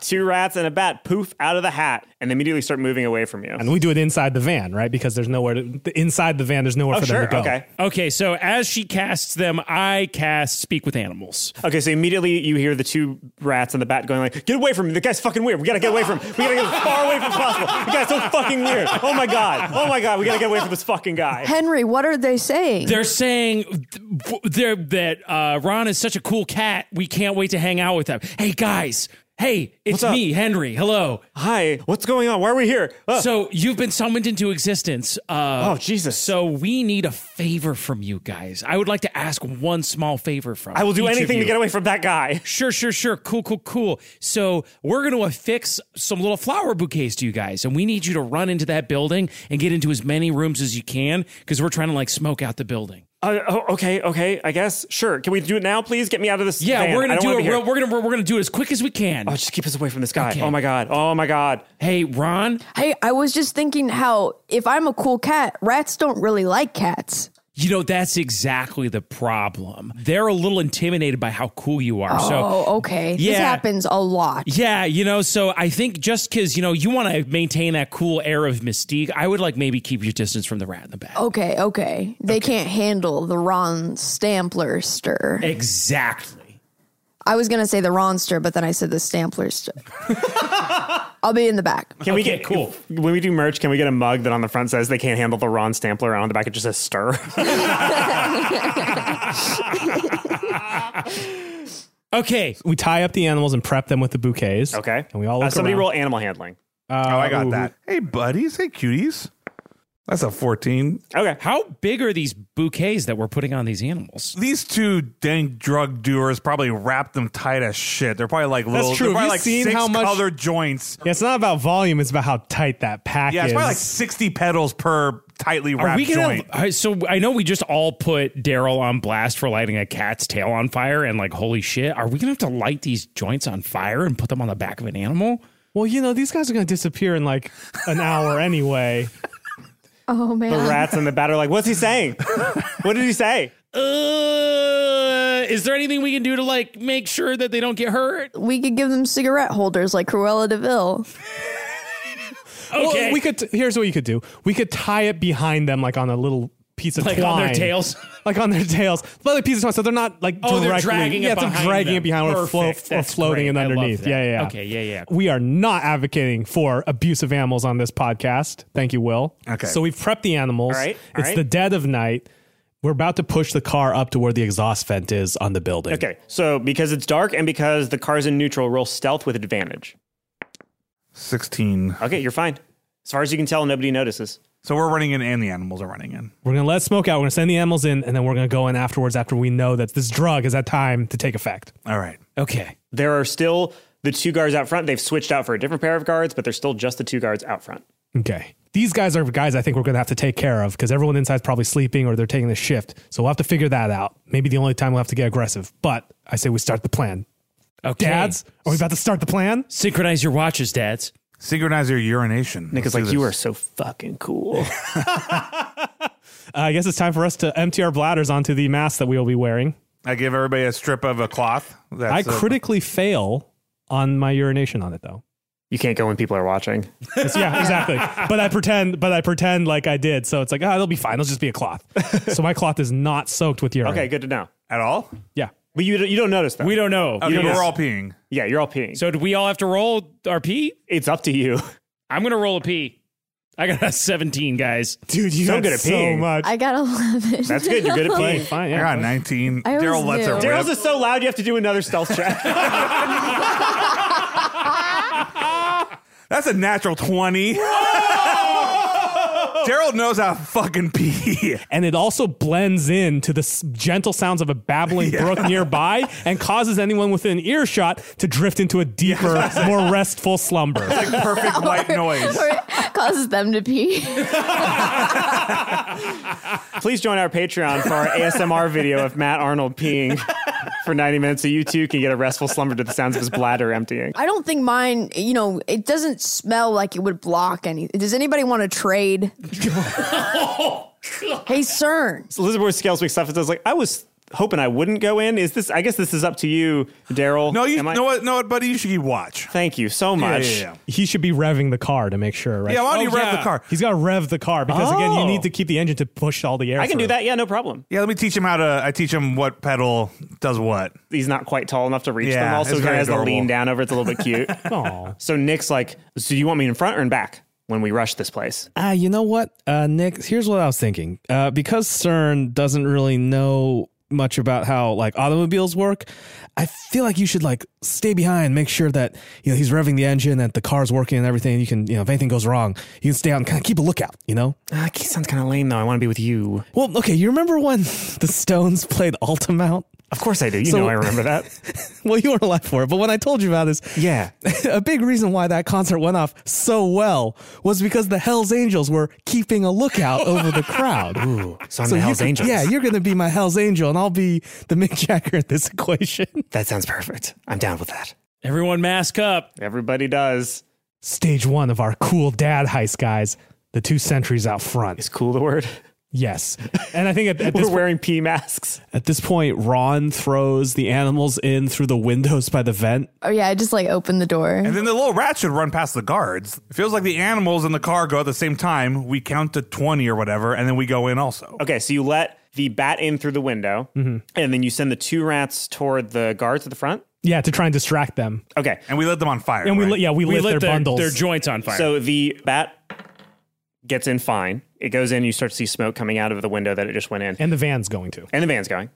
D: Two rats and a bat poof out of the hat and they immediately start moving away from you.
A: And we do it inside the van, right? Because there's nowhere to the- inside the van. There's nowhere
D: Oh,
A: for them
D: sure.
A: to go.
D: Okay.
F: (laughs) Okay, so as she casts them, I cast Speak with Animals.
D: Okay, so immediately you hear the two rats and the bat going like, "Get away from me! The guy's fucking weird. We gotta get away from him. We gotta get as far away from as possible. The guy's so fucking weird. Oh my god! Oh my god! We gotta get away from this fucking guy."
B: Henry, what are they saying?
F: They're saying th- they're, that uh, Ron is such a cool cat. We can't wait to hang out with him. Hey, guys. Hey, it's
D: What's up?
F: me, Henry. Hello.
D: Hi, what's going on? Why are we here? Uh,
F: So you've been summoned into existence. Uh,
D: Oh, Jesus.
F: So we need a favor from you guys. I would like to ask one small favor from.
D: I will do
F: each of
D: anything to
F: you.
D: get away from that guy.
F: Sure, sure, sure. Cool, cool, cool. So we're going to affix some little flower bouquets to you guys, and we need you to run into that building and get into as many rooms as you can because we're trying to like smoke out the building.
D: Uh, oh, okay, okay. I guess sure. Can we do it now, please? Get me out of this.
F: Yeah,
D: van.
F: we're
D: I
F: gonna
D: don't
F: do
D: wanna
F: it.
D: be here.
F: We're, we're gonna we're gonna do it as quick as we can.
D: Oh, just keep us away from this guy.
F: Okay.
D: Oh my god. Oh my god.
F: hey, Ron,
B: Hey, I was just thinking how if I'm a cool cat, rats don't really like cats.
F: you know that's exactly the problem. They're a little intimidated by how cool you are. so
B: oh, okay.
F: Yeah.
B: This happens a lot.
F: Yeah, you know, so I think just because, you know, you want to maintain that cool air of mystique, I would like maybe keep your distance from the rat in the back.
B: Okay, okay. They can't handle the Ron Stampler stir.
F: Exactly.
B: I was gonna say the Ron stir, but then I said the Stampler
D: (laughs)
B: stir. I'll be in the back.
D: Can we get cool? When we do merch, can we get a mug that on the front says they can't handle the Ron Stampler, and on the back it just says stir? (laughs)
F: Okay.
A: We tie up the animals and prep them with the bouquets.
D: okay.
A: And we all
D: Uh,
A: look
D: somebody
A: around. Uh,
D: roll animal handling.
G: oh, I got that. Hey, buddies. Hey, cuties. That's a 14.
D: Okay.
F: How big are these bouquets that we're putting on these animals?
G: These two dang drug doers probably wrapped them tight as shit. They're probably like little.
A: true.
G: They're probably
A: Have you
G: like
A: seen
G: six
A: how much-
G: color joints.
A: Yeah, it's not about volume. It's about how tight that pack
G: Yeah,
A: is.
G: it's probably like sixty petals per tightly
F: Are
G: wrapped
F: we gonna?
G: joint.
F: I- So I know we just all put Daryl on blast for lighting a cat's tail on fire, and like, holy shit, are we gonna have to light these joints on fire and put them on the back of an animal?
A: well, you know, these guys are going to disappear in like an hour
G: (laughs)
A: anyway.
B: Oh
D: The
B: man.
D: rats and the bat are like, what's he
A: (laughs)
D: saying? what did he say?
F: Uh, is there anything we can do to like make sure that they don't get hurt?
B: we could give them cigarette holders like Cruella DeVille.
F: Okay,
A: Well, we could. Here's what you could do. We could tie it behind them, like on a little piece of
F: like
A: twine,
F: on their tails.
A: (laughs) like on their tails, like a piece of twine. So they're not like
F: Oh, they're
A: directly-
F: dragging it
A: yeah, they're
F: behind
A: dragging
F: them.
A: it behind or, flo-
F: Perfect.
A: or
F: That's
A: floating
F: great.
A: and
F: I love
A: underneath.
F: that.
A: Yeah, yeah, yeah.
F: Okay, yeah, yeah.
A: We are not advocating for abusive animals on this podcast. Thank you, Will.
G: Okay.
A: So we've prepped the animals.
D: All right, all
A: It's
D: right.
A: the dead of night. We're about to push the car up to where the exhaust vent is on the building.
D: Okay. So because it's dark and because the car's in neutral, roll stealth with advantage.
G: Sixteen.
D: Okay, you're fine. As far as you can tell, nobody notices.
G: So we're running in, and the animals are running in.
A: We're gonna let smoke out. We're gonna send the animals in, and then we're gonna go in afterwards after we know that this drug is at time to take effect.
G: All right.
F: okay.
D: There are still the two guards out front. They've switched out for a different pair of guards, but they're still just the two guards out front.
A: Okay. These guys are guys I think we're going to have to take care of because everyone inside's probably sleeping or they're taking the shift. So we'll have to figure that out. Maybe the only time we'll have to get aggressive. But I say we start the plan.
F: Okay,
A: Dads, are we about to start the plan?
F: synchronize your watches, dads.
G: Synchronize your urination. Let's
D: Nick is
G: do (laughs)
D: like, you are
G: this.
D: so fucking cool.
A: Uh, I guess it's time for us to empty our bladders onto the mask that we will be wearing.
G: I give everybody a strip of a cloth. That's
A: I
G: a- (laughs)
A: critically fail on my urination on it though.
D: You can't go when people are watching.
A: yeah, exactly. But I pretend, but I pretend like I did. So it's like, ah, it'll be fine. It'll just be
G: (laughs)
A: a cloth. so my cloth is not soaked with urine.
D: Okay, good to know.
G: at all.
A: Yeah.
D: But you, you don't notice that.
F: We don't know.
G: Okay,
F: You don't
G: we're
F: know.
G: all peeing.
D: Yeah, you're all peeing.
F: So do we all have to roll our pee?
D: it's up to you.
F: (laughs) I'm gonna roll a pee. I got a 17, guys.
D: Dude, you so good at peeing.
A: much.
B: I got 11.
D: That's good. You're good
B: (laughs)
D: at peeing.
A: Fine.
G: I
A: Yeah.
G: got 19.
B: I always
G: Daryl lets
B: knew.
G: her
D: Daryl's
G: rip.
D: is so loud you have to do another stealth check.
G: (laughs)
D: (laughs)
G: That's a natural 20. Daryl knows how to fucking (laughs) pee.
A: and it also blends in to the s- gentle sounds of a babbling brook
G: (laughs)
A: nearby and causes anyone within earshot to drift into a deeper, more restful slumber.
G: Perfect
B: (laughs)
G: white noise.
B: Or it causes them to
D: (laughs)
B: pee.
D: Please join our Patreon for our ASMR video of Matt Arnold peeing for 90 minutes so you too can get a restful slumber to the sounds of his bladder emptying.
B: I don't think mine, you know, it doesn't smell like it would block any. Does anybody want to trade? hey, CERN.
D: So Elizabeth Scales week stuff it says like I was hoping I wouldn't go in. Is this I guess this is up to you, Daryl.
G: No, you
D: Am I-
G: know what? No, buddy, you should watch.
D: Thank you so much.
G: yeah,
A: He should be revving the car to make sure, right?
G: Yeah, why don't
F: Oh,
G: you rev
F: yeah.
G: the car?
A: He's got to rev the car because, again, you
D: Oh.
A: need to keep the engine to push all the air.
D: I can do
A: through.
D: that. Yeah, no problem.
G: Yeah, let me teach him how to. I teach him what pedal does what.
D: He's not quite tall enough to reach
G: Yeah,
D: them all,
G: it's
D: so he kind
G: very
D: of has to
G: adorable.
D: lean down over. It's a little bit cute.
G: (laughs)
A: Aw.
D: so Nick's like, so you want me in front or in back when we rush this place?
N: Ah, you know what, uh, Nick? Here's what I was thinking. Uh, because CERN doesn't really know much about how like automobiles work, I feel like you should like stay behind, make sure that you know he's revving the engine, that the car's working and everything. You can you know if anything goes wrong, you can stay out and kind of keep a lookout. You know.
D: Ah, that sounds kind of lame though. I want to be with you.
N: Well, okay. You remember when (laughs) the Stones played Altamount?
D: Of course I do. You
N: So-
D: know I
N: (laughs)
D: remember that.
N: Well, you weren't alive for it, but when I told you about this,
D: Yeah.
N: (laughs) a big reason why that concert went off so well was because the Hells Angels were keeping a lookout over the
D: (laughs)
N: crowd.
D: So I'm
N: you
D: the Hell's
N: could-
D: Angels.
N: Yeah, you're going to be my Hell's Angel, and I'll be the Mick (laughs) Jagger in this equation.
D: (laughs) That sounds perfect. I'm down with that.
F: Everyone mask up.
D: Everybody does.
A: Stage one of our cool dad heist, guys. The two sentries out front.
D: Is cool the word?
A: Yes. And I think at, at this
D: We're wearing pee masks.
N: At this point, Ron throws the animals in through the windows by the vent.
B: Oh, yeah, I just like opened the door.
G: And then the little rat should run past the guards. It feels like the animals in the car go at the same time. We count to 20 or whatever, and then we go in also.
D: Okay, so you let the bat in through the window,
A: (laughs)
D: and then you send the two rats toward the guards at the front.
A: Yeah, to try and distract them.
D: Okay,
G: And we let them on fire.
A: And we,
G: right?
A: lit- yeah, we,
F: We
A: lit,
F: lit
A: their,
F: their,
A: bundles.
F: their joints on fire.
D: so the bat gets in fine. It goes in. You start to see smoke coming out of the window that it just went in,
A: and the van's going to.
D: and the van's going.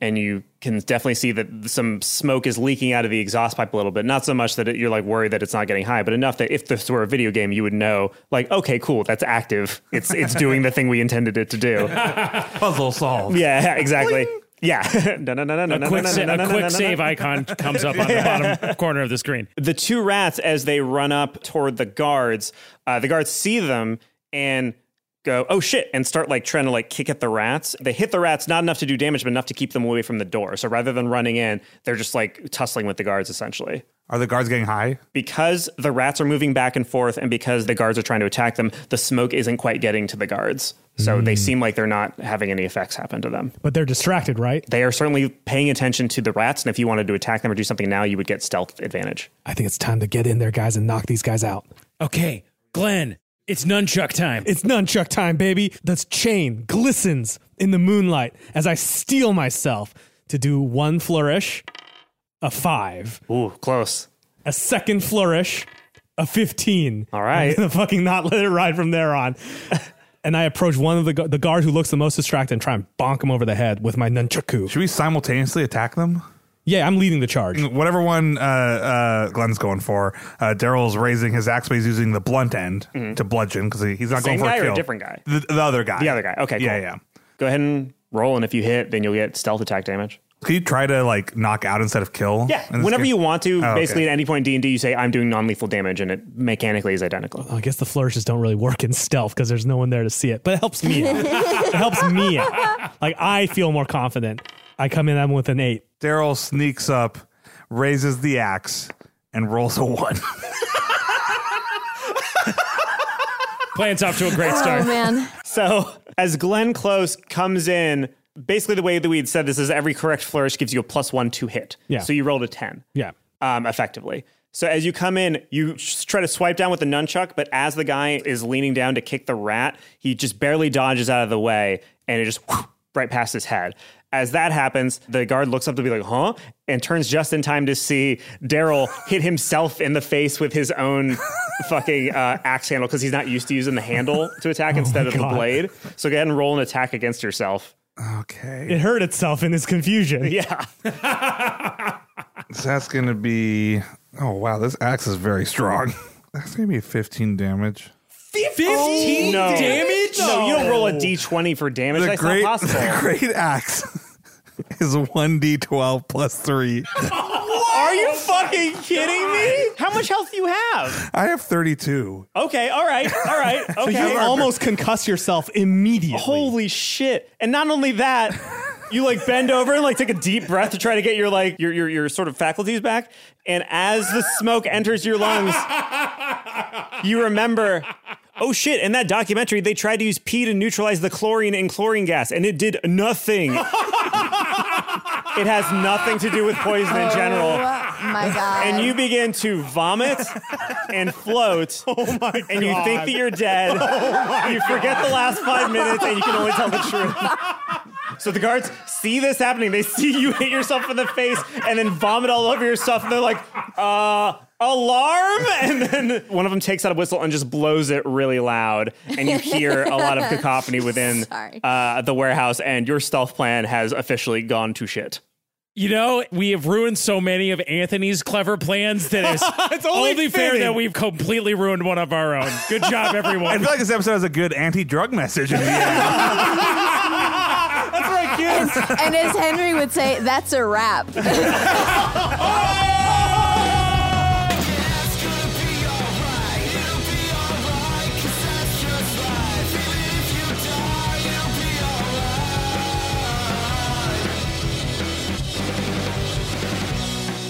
D: And you can definitely see that some smoke is leaking out of the exhaust pipe a little bit. Not so much that it, you're like worried that it's not getting high, but enough that if this were a video game, you would know, like, okay, cool, that's active. It's it's doing the thing we intended it to do.
G: Puzzle solved.
D: Yeah, (laughs) exactly. Yeah. (laughs) no, no, no, no, no,
F: (laughs) a
D: no,
F: quick,
D: no,
F: sa-
D: no, no,
F: a
D: no, no,
F: quick
D: no.
F: save icon comes up on the
D: (laughs)
F: bottom corner of the screen.
D: The two rats, as they run up toward the guards, uh, the guards see them and go, oh shit, and start like trying to like kick at the rats. They hit the rats, not enough to do damage, but enough to keep them away from the door. So rather than running in, they're just like tussling with the guards essentially.
G: Are the guards getting high?
D: Because the rats are moving back and forth and because the guards are trying to attack them, the smoke isn't quite getting to the guards. So they
G: Hmm.
D: seem like they're not having any effects happen to them.
A: But they're distracted, right?
D: they are certainly paying attention to the rats, and if you wanted to attack them or do something now, you would get stealth advantage.
N: I think it's time to get in there, guys, and knock these guys out.
F: Okay, Glenn, it's nunchuck time.
A: It's nunchuck time, baby. The chain glistens in the moonlight as I steel myself to do one flourish, a five,
D: Ooh, close.
A: a second flourish, a 15.
D: All right.
A: I'm going to (laughs) fucking not let it ride from there on. (laughs) and I approach one of the, gu- the guard who looks the most distracted and try and bonk him over the head with my nunchaku.
G: Should we simultaneously attack them?
A: Yeah, I'm leading the charge.
G: Whatever one uh, uh, Glenn's going for, uh, Daryl's raising his axe, but he's using the blunt end to bludgeon because he, he's not
D: Mm-hmm.
G: going
D: Same
G: for
D: guy
G: a
D: or a
G: kill.
D: different guy?
G: The, the other guy.
D: The other guy. Okay, cool.
G: Yeah, yeah.
D: Go ahead and roll, and if you hit, then you'll get stealth attack damage.
G: Can you try to like knock out instead of kill?
D: Yeah,
G: in this
D: whenever
G: game?
D: you want to,
G: Oh,
D: basically
G: okay.
D: at any point in D&D, you say, I'm doing non-lethal damage, and it mechanically is identical.
A: I guess the flourishes don't really work in stealth because there's no one there to see it, but it helps me out. it helps me out. Like, I feel more confident. I come in, I'm with an eight.
G: Daryl sneaks up, raises the axe, and rolls a one.
F: Plan's off to a great
B: Oh,
F: start.
B: man.
D: (laughs) So As Glenn Close comes in, basically the way that we had said this is every correct flourish gives you a plus one to hit.
A: Yeah.
D: So you rolled a 10
A: Yeah.
D: um, effectively. So as you come in, you s- try to swipe down with the nunchuck, but as the guy is leaning down to kick the rat, he just barely dodges out of the way and it just whoosh, right past his head. As that happens, the guard looks up to be like, huh? And turns just in time to see Daryl hit himself in the face with his own fucking uh, axe handle because he's not used to using the handle to attack instead of
A: God.
D: the blade. So go ahead and roll an attack against yourself.
A: It hurt itself in his confusion.
D: Yeah.
G: So (laughs) that's going to be. Oh, wow. This axe is very strong. (laughs) That's going to be 15 damage.
F: 15
D: Oh, No.
F: damage?
D: No, you don't roll a d20 for damage. That's
G: great,
D: not possible.
G: the (laughs) great axe (laughs) is 1d12 plus 3.
D: Are you fucking kidding me? How much health do you have?
G: I have 32.
D: Okay, all right, all right,
A: So
D: okay.
A: you almost concuss yourself immediately.
D: Holy shit! And not only that, you like bend over and like take a deep breath to try to get your like your your, your sort of faculties back. And as the smoke enters your lungs, you remember. Oh shit, in that documentary, they tried to use pee to neutralize the chlorine in chlorine gas, and it did nothing. it has nothing to do with poison in general.
B: Oh, my god.
D: and you begin to vomit and float. (laughs) Oh my god. Oh And you think that you're (laughs) dead. you forget the last five minutes and you can only tell the truth. (laughs) So the guards see this happening. They see you hit yourself in the face and then vomit all over yourself. And they're like, uh, alarm? And then one of them takes out a whistle and just blows it really loud. And you hear
B: (laughs)
D: a lot of cacophony within
B: Sorry.
D: uh, the warehouse. And your stealth plan has officially gone to shit.
F: You know, we have ruined so many of Anthony's clever plans
D: (laughs)
F: that it's,
A: It's
F: only,
A: only
F: fair
A: fitting.
F: that we've completely ruined one of our own. Good
D: (laughs)
F: job,
G: I
F: everyone.
G: feel like this episode has a good anti drug message in (laughs) the end.
D: (laughs) That's right, kids.
B: and as Henry would say, that's a
D: (laughs)
B: wrap.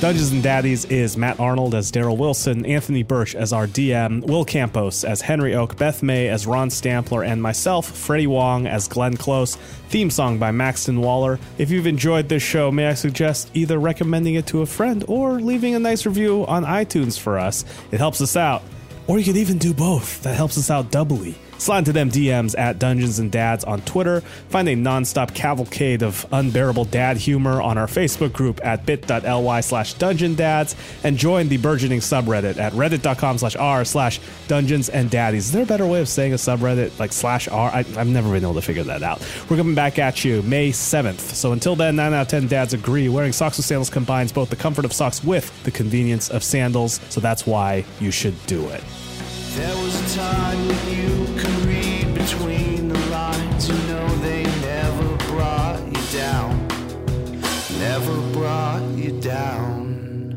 A: Dungeons and Daddies is Matt Arnold as Daryl Wilson, Anthony Birch as our DM, Will Campos as Henry Oak, Beth May as Ron Stampler, and myself, Freddie Wong, as Glenn Close. Theme song by Maxton Waller. If you've enjoyed this show, may I suggest either recommending it to a friend or leaving a nice review on iTunes for us? It helps us out. Or you could even do both. That helps us out doubly. Slide into them DMs at Dungeons and Dads on Twitter. Find a nonstop cavalcade of unbearable dad humor on our Facebook group at bit.ly slash dungeon dads and join the burgeoning subreddit at reddit.com slash r slash dungeons and daddies. Is there a better way of saying a subreddit like slash r? I, I've never been able to figure that out. We're coming back at you May 7th. So until then, 9 out of 10 dads agree wearing socks with sandals combines both the comfort of socks with the convenience of sandals. So that's why you should do it.
M: There was a time when you could read between the lines. You know they never brought you down. Never brought you down.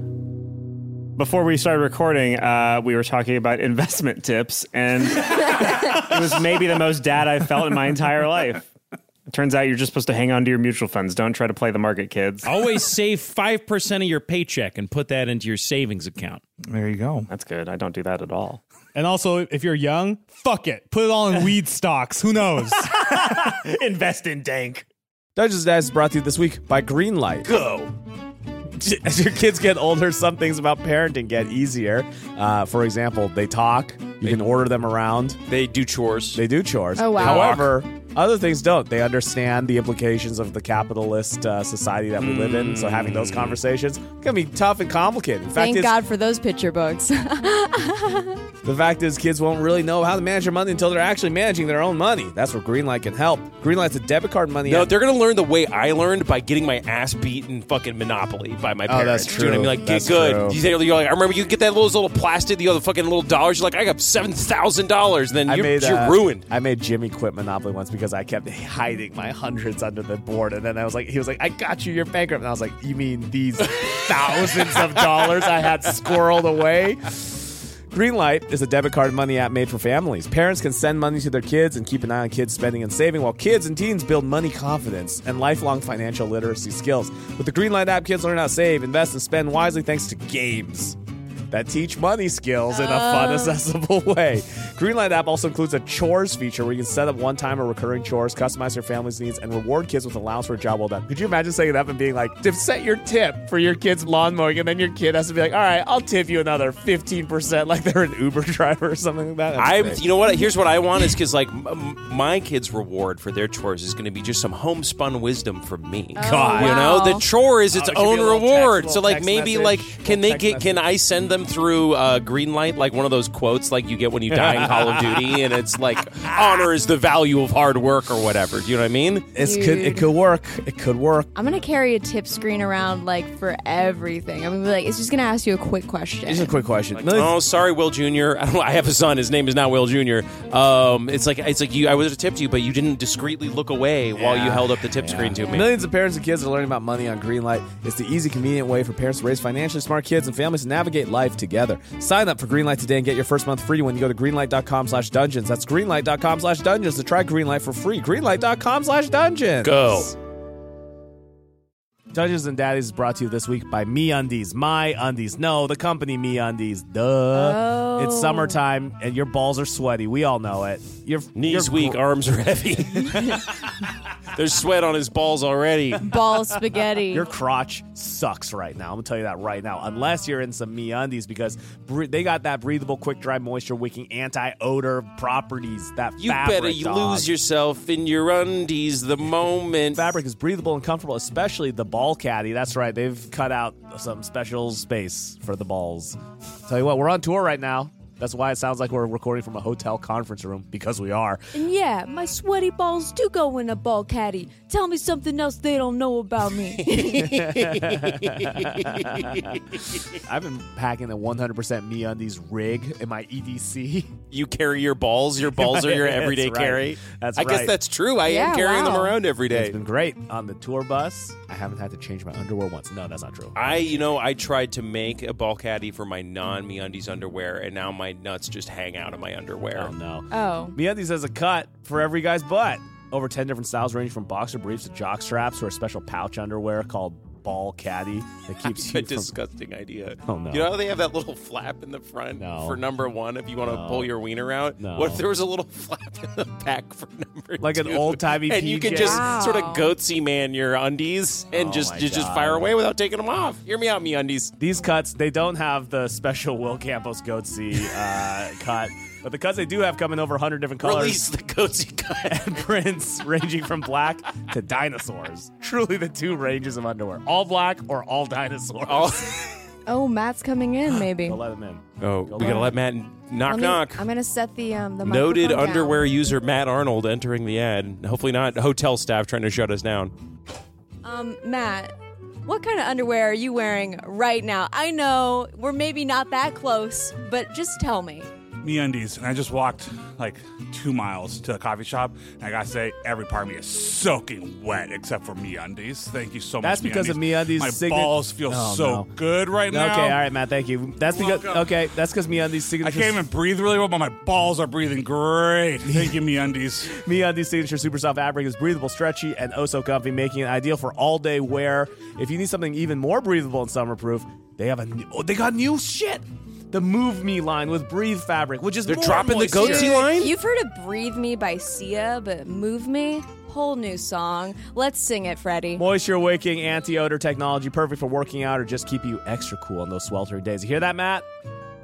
D: before we started recording, uh, we were talking about (laughs) investment tips, and it was maybe the most dad I've felt in my entire life. It turns out you're just supposed to hang on to your mutual funds. Don't try to play the market, kids.
F: Always save 5% of your paycheck and put that into your savings account.
G: There you go.
D: That's good. I don't do that at all.
A: And also, if you're young, fuck it. Put it all in weed stocks. Who knows?
D: Invest in dank.
N: Dungeons and Dads is brought to you this week by Greenlight. Go! (laughs) As your kids get older, some things about parenting get easier. Uh, for example, they talk. You can order them around.
O: They do chores.
N: They do chores.
H: Oh, wow.
N: However, other things don't. They understand the implications of the capitalist uh, society that we live in. So having those conversations can be tough and complicated. In fact,
H: Thank
N: it's-
H: God for those picture
B: (laughs)
H: books.
N: The fact is, kids won't really know how to manage their money until they're actually managing their own money. That's where Greenlight can help. Greenlight's a debit card money
O: No,
N: app.
O: they're gonna learn the way I learned by getting my ass beat in fucking Monopoly by my
N: Oh,
O: parents.
N: that's
O: Do you know
N: true.
O: what I mean? Like,
N: That's
O: get good.
N: true.
O: You say- You're like, I remember you get that little, little plastic, you know, the fucking little dollars. You're like, I got seven thousand dollars. Then
N: I
O: you're,
N: made
O: you're
N: uh,
O: ruined.
N: I made Jimmy quit Monopoly once because I kept (laughs) hiding my hundreds under the board, and then I was like, he was like, "I got you, you're bankrupt," and I was like, "You mean these (laughs) thousands of dollars I had squirreled away?" Greenlight is a debit card money app made for families. Parents can send money to their kids and keep an eye on kids spending and saving, while kids and teens build money confidence and lifelong financial literacy skills. With the Greenlight app, kids learn how to save, invest, and spend wisely thanks to games.
A: that teach money skills in a fun,
E: Oh.
A: accessible way. Greenlight app also includes a chores feature where you can set up one-time or recurring chores, customize your family's needs, and reward kids with allowance for a job well done. Could you imagine setting it up and being like, "Div- set your tip for your kid's lawn mowing, and then your kid has to be like, all right, I'll tip you another 15% (laughs) like they're an Uber driver or something like that.
F: I,
A: That'd be sick.
F: you know what? Here's what I want is because like m- m- my kids' reward for their chores is going to be just some homespun wisdom from me.
A: God.
F: you
A: wow.
F: know the chore is its
A: Oh, it should be
F: own
A: a little text,
F: reward.
A: little
F: so like
A: text
F: maybe
A: message,
F: like can they
A: little text
F: get? Can I send them through uh, green light like one of those quotes like you get when you die in Call of Duty, and it's like honor is the value of hard work or whatever. Do you know what I mean?
A: It's could it could work. It could work.
P: I'm gonna carry a tip screen around like for everything. I'm gonna be like, it's just gonna ask you a quick question.
A: Here's a quick question. No,
F: oh, sorry, Will Junior. (laughs) I, don't know, I have a son. His name is now Will Junior. Um, it's like it's like you. I would have tipped you, but you didn't discreetly look away while you
A: Yeah.
F: held up the tip screen to me.
A: Millions of parents and kids are learning about money on Greenlight. It's the easy, convenient way for parents to raise financially smart kids and families to navigate life together. Sign up for Greenlight today and get your first month free when you go to greenlight.com slash dungeons. That's greenlight.com slash dungeons to try Greenlight for free. Greenlight.com slash dungeons.
F: Go.
A: Dungeons and Daddies is brought to you this week by Me Undies, My Undies. No, the company Me Undies. Duh.
F: Oh.
A: It's summertime and your balls are sweaty. We all know it. Your
F: Knees weak, arms are heavy. There's sweat on his balls already.
P: Ball spaghetti.
A: Your crotch sucks right now. I'm gonna tell you that right now. Unless you're in some MeUndies because bre- they got that breathable, quick dry, moisture wicking, anti odor properties. That
F: You
A: fabric,
F: better you
A: dog.
F: lose yourself in your undies the moment.
A: Fabric is breathable and comfortable, especially the ball caddy. That's right. They've cut out some special space for the balls. Tell you what, we're on tour right now. That's why it sounds like we're recording from a hotel conference room because we are.
B: And yeah, my sweaty balls do go in a ball caddy. Tell me something else they don't know about
A: (laughs)
B: me.
A: I've been packing a 100% me undies rig in my EDC.
F: You carry your balls.
A: (laughs)
F: Your balls are your
A: That's
F: everyday
A: right.
F: carry.
A: That's
F: I
A: right.
F: guess that's true. I am carrying them around every day.
A: It's been great on the tour bus. I haven't had to change my underwear once. No, that's not true.
F: I, you know, I tried to make a ball caddy for my non MeUndies underwear, and now my nuts just hang out of my underwear. Oh
A: no!
P: Oh,
A: MeUndies has a cut for every guy's butt. Over 10 different styles ranging from boxer briefs to jock straps or a special pouch underwear called ball caddy
F: (laughs)
A: that keeps you
F: a
A: from...
F: disgusting idea.
A: Oh, no.
F: You know how they have that little flap in the front for number one if you want to
A: No.
F: pull your wiener out?
A: No.
F: What if there was a little (laughs) flap in the back for number
A: Like an
F: two?
A: old-timey
F: And you can
A: PJ.
F: just sort
A: Wow.
F: of goatsy man your undies and
A: Oh,
F: just
A: my
F: just, just
A: God.
F: fire away without taking them off. Hear me out, me undies.
A: These cuts, they don't have the special Will Campos Goatsy
F: (laughs)
A: uh, cut, but the cuts they do have come in over 100 different colors.
F: Release the
A: (laughs)
F: Goatsy cut.
A: and prints ranging from black to dinosaurs. Truly the two ranges of underwear. All black or all dinosaurs.
F: (laughs)
P: Oh, Matt's coming in. Maybe.
A: Go Ah, let him in.
F: Oh, we gotta let Matt knock
P: Let me-
F: knock.
P: I'm gonna set the um the
F: Noted
P: microphone down.
F: underwear user Matt Arnold entering the ad. Hopefully not hotel staff trying to shut us down.
B: um, Matt, what kind of underwear are you wearing right now? I know we're maybe not that close, but just tell me.
G: Me undies, and I just walked like two miles to a coffee shop, and I gotta say, every part of me is soaking wet except for me undies. Thank you so
A: (laughs) That's
G: much.
A: because of MeUndies.
G: My
A: signa-
G: balls feel
A: Oh,
G: so
A: no.
G: good right now.
A: Okay, all right, Matt. Thank you. That's because okay. That's because MeUndies signature.
G: I can't even breathe really well, but my balls are breathing great. Thank you, MeUndies.
A: MeUndies signature super soft fabric is breathable, stretchy, and oh so comfy, making it ideal for all day wear. If you need something even more breathable and summerproof, they have a new, oh, they got new shit. The Move Me line with Breathe fabric, which is
F: They're
A: more
F: dropping the
A: moisture.
F: goatee line?
B: You've heard of Breathe Me by Sia, but Move Me? Whole new song. Let's sing it, Freddie.
A: Moisture wicking anti odor technology, perfect for working out or just keep you extra cool on those sweltering days. You hear that, Matt?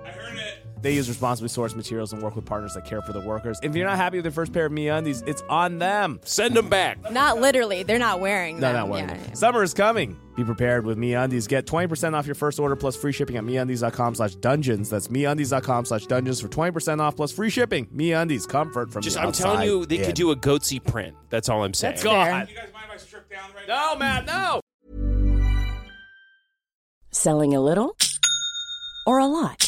A: I heard it. They use responsibly sourced materials and work with partners that care for the workers. If you're not happy with your first pair of MeUndies, it's on them.
F: Send them back.
B: Not literally. They're not wearing
A: No,
B: them.
A: not wearing
B: Yeah.
A: them. Summer is coming. Be prepared with MeUndies. Get 20% off your first order plus free shipping at MeUndies.com slash dungeons. That's MeUndies.com slash dungeons for 20% off plus free shipping. MeUndies, comfort from
F: Just
A: the
F: I'm telling
A: outside
F: you, they
A: in.
F: could do a goatsy print. That's all I'm saying.
A: That's God.
F: No, Matt, no.
Q: Selling a little or a lot?